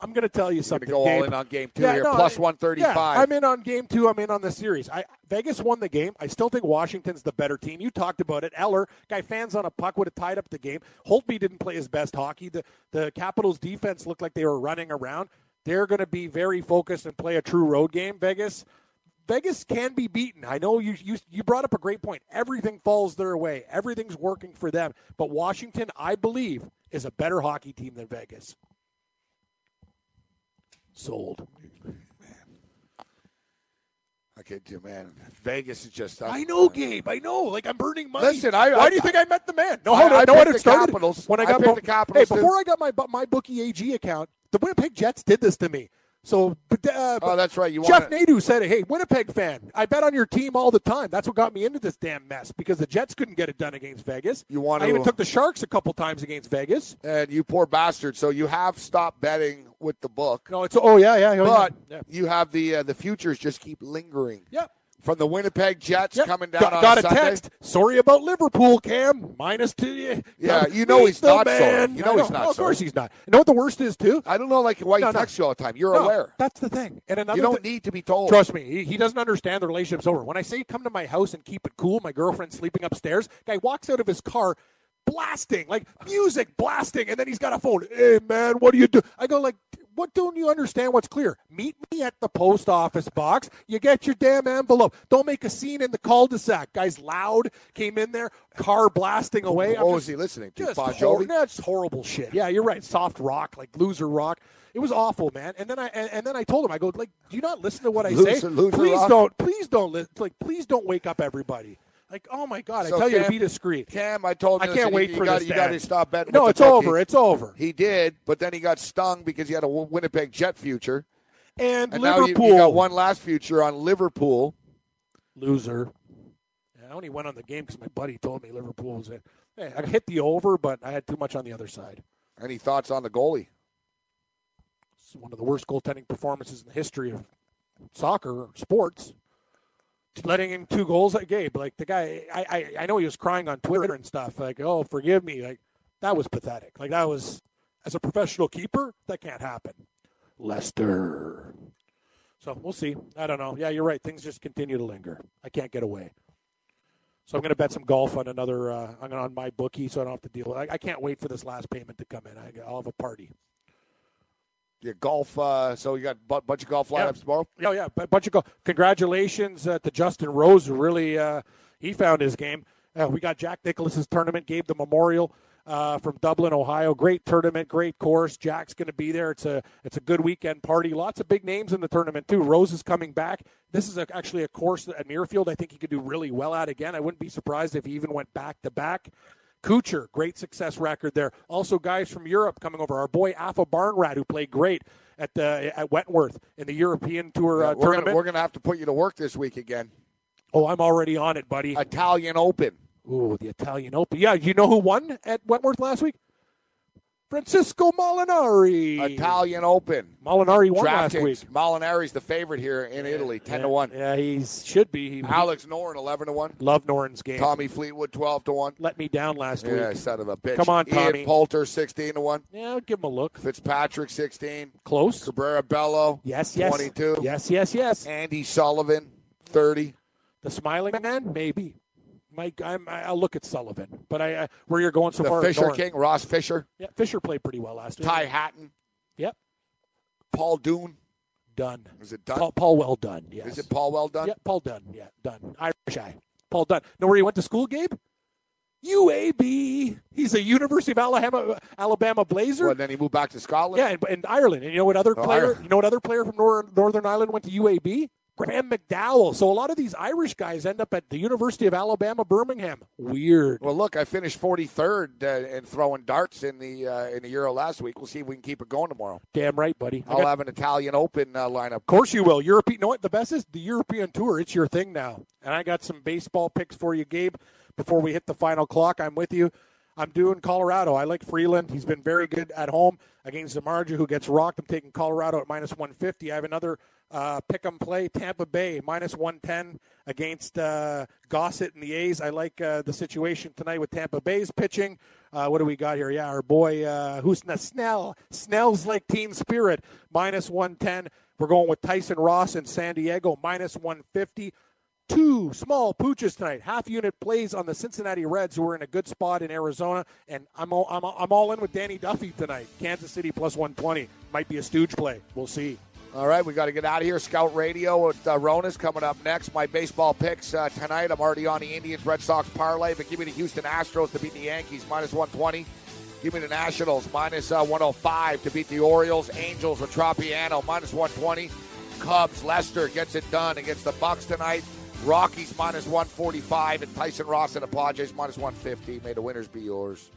[SPEAKER 3] I'm going to tell you
[SPEAKER 2] We're gonna
[SPEAKER 3] something.
[SPEAKER 2] go all
[SPEAKER 3] Gabe.
[SPEAKER 2] in on game two
[SPEAKER 3] Yeah,
[SPEAKER 2] here,
[SPEAKER 3] no,
[SPEAKER 2] plus
[SPEAKER 3] I-
[SPEAKER 2] one thirty-five.
[SPEAKER 3] yeah, I'm in on game two. I'm in on the series. I Vegas won the game. I still think Washington's the better team. You talked about it. Eller, guy fans on a puck would have tied up the game. Holtby didn't play his best hockey. The the Capitals defense looked like they were running around. They're going to be very focused and play a true road game. Vegas. Vegas can be beaten. I know you, you you brought up a great point. Everything falls their way. Everything's working for them. But Washington, I believe, is a better hockey team than Vegas. Sold.
[SPEAKER 2] kid too, man. Vegas is just.
[SPEAKER 3] I know, Gabe. I know. Like I'm burning money.
[SPEAKER 2] Listen, I-
[SPEAKER 3] why
[SPEAKER 2] I-
[SPEAKER 3] do you think I met the man? No,
[SPEAKER 2] I-
[SPEAKER 3] how,
[SPEAKER 2] I
[SPEAKER 3] I know
[SPEAKER 2] picked
[SPEAKER 3] how it
[SPEAKER 2] the
[SPEAKER 3] started.
[SPEAKER 2] Capitals.
[SPEAKER 3] When I
[SPEAKER 2] I
[SPEAKER 3] got
[SPEAKER 2] picked
[SPEAKER 3] bo-
[SPEAKER 2] the Capitals,
[SPEAKER 3] Hey,
[SPEAKER 2] too.
[SPEAKER 3] before I got my bu- my bookie AG account, the Winnipeg Jets did this to me. So, but, uh,
[SPEAKER 2] Oh, that's right. You
[SPEAKER 3] Jeff
[SPEAKER 2] want to
[SPEAKER 3] Nadeau said, "Hey, Winnipeg fan, I bet on your team all the time. That's what got me into this damn mess because the Jets couldn't get it done against Vegas.
[SPEAKER 2] You wanna-
[SPEAKER 3] I even took the Sharks a couple times against Vegas.
[SPEAKER 2] and you poor bastard. So you have stopped betting with the book,
[SPEAKER 3] No, it's oh yeah, yeah, yeah.
[SPEAKER 2] but
[SPEAKER 3] yeah.
[SPEAKER 2] you have the uh, the futures just keep lingering.
[SPEAKER 3] Yep.
[SPEAKER 2] From the Winnipeg Jets
[SPEAKER 3] Yep.
[SPEAKER 2] coming down
[SPEAKER 3] Got,
[SPEAKER 2] on
[SPEAKER 3] got a
[SPEAKER 2] Sunday.
[SPEAKER 3] text. Sorry about Liverpool, Cam. Minus two.
[SPEAKER 2] Yeah, you know
[SPEAKER 3] He's
[SPEAKER 2] he's
[SPEAKER 3] the
[SPEAKER 2] not sorry.
[SPEAKER 3] man.
[SPEAKER 2] You know
[SPEAKER 3] I
[SPEAKER 2] he's not
[SPEAKER 3] Of course
[SPEAKER 2] sorry.
[SPEAKER 3] he's not. You know what the worst is too?
[SPEAKER 2] I don't know, like why
[SPEAKER 3] No,
[SPEAKER 2] you
[SPEAKER 3] no.
[SPEAKER 2] text you all the time. You're
[SPEAKER 3] No,
[SPEAKER 2] aware.
[SPEAKER 3] That's the thing. And another
[SPEAKER 2] You don't
[SPEAKER 3] thi-
[SPEAKER 2] need to be told.
[SPEAKER 3] Trust me, he, he doesn't understand the relationship's over. When I say come to my house and keep it cool, my girlfriend's sleeping upstairs. Guy walks out of his car blasting, like music blasting, and then he's got a phone. Hey man, what do you do? I go like, what don't you understand? What's clear? Meet me at the post office box. You get your damn envelope. Don't make a scene in the cul-de-sac. Guys loud came in there, car blasting away. I'm
[SPEAKER 2] What was
[SPEAKER 3] just-
[SPEAKER 2] he listening to?
[SPEAKER 3] just
[SPEAKER 2] Bon
[SPEAKER 3] hor-
[SPEAKER 2] Jovi?
[SPEAKER 3] that's horrible shit. Yeah, you're right. Soft rock, like loser rock. It was awful, man. And then I and, and then I told him, I go, like, do you not listen to what I say?
[SPEAKER 2] Loser- loser
[SPEAKER 3] please
[SPEAKER 2] rock.
[SPEAKER 3] don't, please don't, li- like, please don't wake up everybody. Like, oh my god,
[SPEAKER 2] So
[SPEAKER 3] I tell you to
[SPEAKER 2] Cam-
[SPEAKER 3] be discreet.
[SPEAKER 2] Cam, I told
[SPEAKER 3] I
[SPEAKER 2] him.
[SPEAKER 3] can't
[SPEAKER 2] said,
[SPEAKER 3] wait
[SPEAKER 2] you,
[SPEAKER 3] for
[SPEAKER 2] you gotta,
[SPEAKER 3] this
[SPEAKER 2] You
[SPEAKER 3] to
[SPEAKER 2] got to
[SPEAKER 3] end.
[SPEAKER 2] stop betting.
[SPEAKER 3] No,
[SPEAKER 2] with
[SPEAKER 3] it's
[SPEAKER 2] the bookie.
[SPEAKER 3] over. It's over.
[SPEAKER 2] He did, but then he got stung because he had a Win- Winnipeg Jet future,
[SPEAKER 3] And,
[SPEAKER 2] and now
[SPEAKER 3] Liverpool
[SPEAKER 2] you, you got one last future on Liverpool.
[SPEAKER 3] loser. And I only went on the game because my buddy told me Liverpool was it. Hey, I hit the over, but I had too much on the other side.
[SPEAKER 2] Any thoughts on the goalie?
[SPEAKER 3] It's one of the worst goaltending performances in the history of soccer or sports. Letting in two goals at Gabe, like the guy, I, I I know he was crying on Twitter and stuff, like oh forgive me, like that was pathetic. Like that was as a professional keeper, that can't happen. Lester. So we'll see. I don't know. Yeah, you're right. Things just continue to linger. I can't get away. So I'm going to bet some golf on another. Uh, I'm going to on my bookie, so I don't have to deal. with I, I can't wait for this last payment to come in. I, I'll have a party.
[SPEAKER 2] Your golf. Uh, so you got a bunch of golf
[SPEAKER 3] Yeah.
[SPEAKER 2] lineups tomorrow.
[SPEAKER 3] Oh yeah, a bunch of go- congratulations uh, to Justin Rose. who Really, uh, he found his game. Uh, we got Jack Nicholas's tournament, gave the memorial uh, from Dublin, Ohio. Great tournament, great course. Jack's going to be there. It's a it's a good weekend party. Lots of big names in the tournament too. Rose is coming back. This is a, actually a course that at Muirfield I think he could do really well at again. I wouldn't be surprised if he even went back to back. Kucher, great success record there. Also, guys from Europe coming over. Our boy Alpha Barnrat, who played great at the at Wentworth in the European Tour
[SPEAKER 2] Yeah,
[SPEAKER 3] uh,
[SPEAKER 2] we're,
[SPEAKER 3] tournament.
[SPEAKER 2] gonna, we're gonna have to put you to work this week again.
[SPEAKER 3] oh, I'm already on it, buddy.
[SPEAKER 2] Italian Open.
[SPEAKER 3] Ooh, the Italian Open. Yeah, you know who won at Wentworth last week? Francisco Molinari.
[SPEAKER 2] Italian Open.
[SPEAKER 3] Molinari won last week.
[SPEAKER 2] DraftKings. Molinari's the favorite here in Italy, ten to one.
[SPEAKER 3] Yeah, he should be. He
[SPEAKER 2] Alex Noren, eleven to one.
[SPEAKER 3] love Norton's game.
[SPEAKER 2] Tommy Fleetwood, twelve to one.
[SPEAKER 3] Let me down last
[SPEAKER 2] Yeah,
[SPEAKER 3] week.
[SPEAKER 2] son of a bitch.
[SPEAKER 3] Come on,
[SPEAKER 2] Ian
[SPEAKER 3] Tommy.
[SPEAKER 2] Poulter, sixteen to one.
[SPEAKER 3] Yeah, give him a look.
[SPEAKER 2] Fitzpatrick, sixteen.
[SPEAKER 3] Close.
[SPEAKER 2] Cabrera Bello,
[SPEAKER 3] Yes, yes.
[SPEAKER 2] 22.
[SPEAKER 3] Yes, yes, yes.
[SPEAKER 2] Andy Sullivan, 30.
[SPEAKER 3] The smiling man, maybe. Mike, I'm, I- I'll look at Sullivan, but I, I where you're going so
[SPEAKER 2] The
[SPEAKER 3] far.
[SPEAKER 2] Fisher
[SPEAKER 3] ignoring.
[SPEAKER 2] King, Ross Fisher,
[SPEAKER 3] Yeah, Fisher played pretty well last week.
[SPEAKER 2] Ty Hatton,
[SPEAKER 3] Yep,
[SPEAKER 2] Paul Doon.
[SPEAKER 3] done.
[SPEAKER 2] Is it Dunn?
[SPEAKER 3] Paul, Paul well done. Yes.
[SPEAKER 2] Is it Paul Well done?
[SPEAKER 3] Yeah, Paul Dunn. Yeah, Dunn. Irish eye. Paul Dunn. Know where he went to school, Gabe? UAB. He's a University of Alabama Alabama Blazer.
[SPEAKER 2] Well, then he moved back to Scotland.
[SPEAKER 3] Yeah, and, and Ireland. And you know what other
[SPEAKER 2] Oh,
[SPEAKER 3] player?
[SPEAKER 2] Ireland.
[SPEAKER 3] You know what other player from Nor- Northern Ireland went to UAB? Graham McDowell. So a lot of these Irish guys end up at the University of Alabama Birmingham. Weird.
[SPEAKER 2] Well, look, I finished 43rd uh, in throwing darts in the uh, in the Euro last week. We'll see if we can keep it going tomorrow.
[SPEAKER 3] Damn right, buddy. I
[SPEAKER 2] I'll
[SPEAKER 3] got-
[SPEAKER 2] have an Italian Open uh, lineup.
[SPEAKER 3] Of course you will. European. You know what? The best is the European tour. It's your thing now. And I got some baseball picks for you, Gabe. Before we hit the final clock, I'm with you. I'm doing Colorado. I like Freeland. He's been very good at home against Zamarja, who gets rocked. I'm taking Colorado at minus 150. I have another uh, pick 'em play. Tampa Bay minus 110 against uh, Gossett and the A's. I like uh, the situation tonight with Tampa Bay's pitching. Uh, what do we got here? Yeah, our boy uh, who's Snell. Snell's like Team Spirit minus 110. We're going with Tyson Ross in San Diego, minus 150. Two small pooches tonight. Half unit plays on the Cincinnati Reds, who are in a good spot in Arizona. And I'm all, I'm, all- I'm all in with Danny Duffy tonight. Kansas City plus 120. Might be a stooge play. We'll see.
[SPEAKER 2] All right, we got to get out of here. Scout Radio with uh, Rona's coming up next. My baseball picks uh, tonight. I'm already on the Indians, Red Sox parlay, but give me the Houston Astros to beat the Yankees minus 120. Give me the oh Nationals minus uh, 105 to beat the Orioles. Angels with Tropiano minus 120. Cubs. Lester gets it done against the Bucks tonight. Rockies minus 145 and Tyson Ross and the Padres minus 150. May the winners be yours.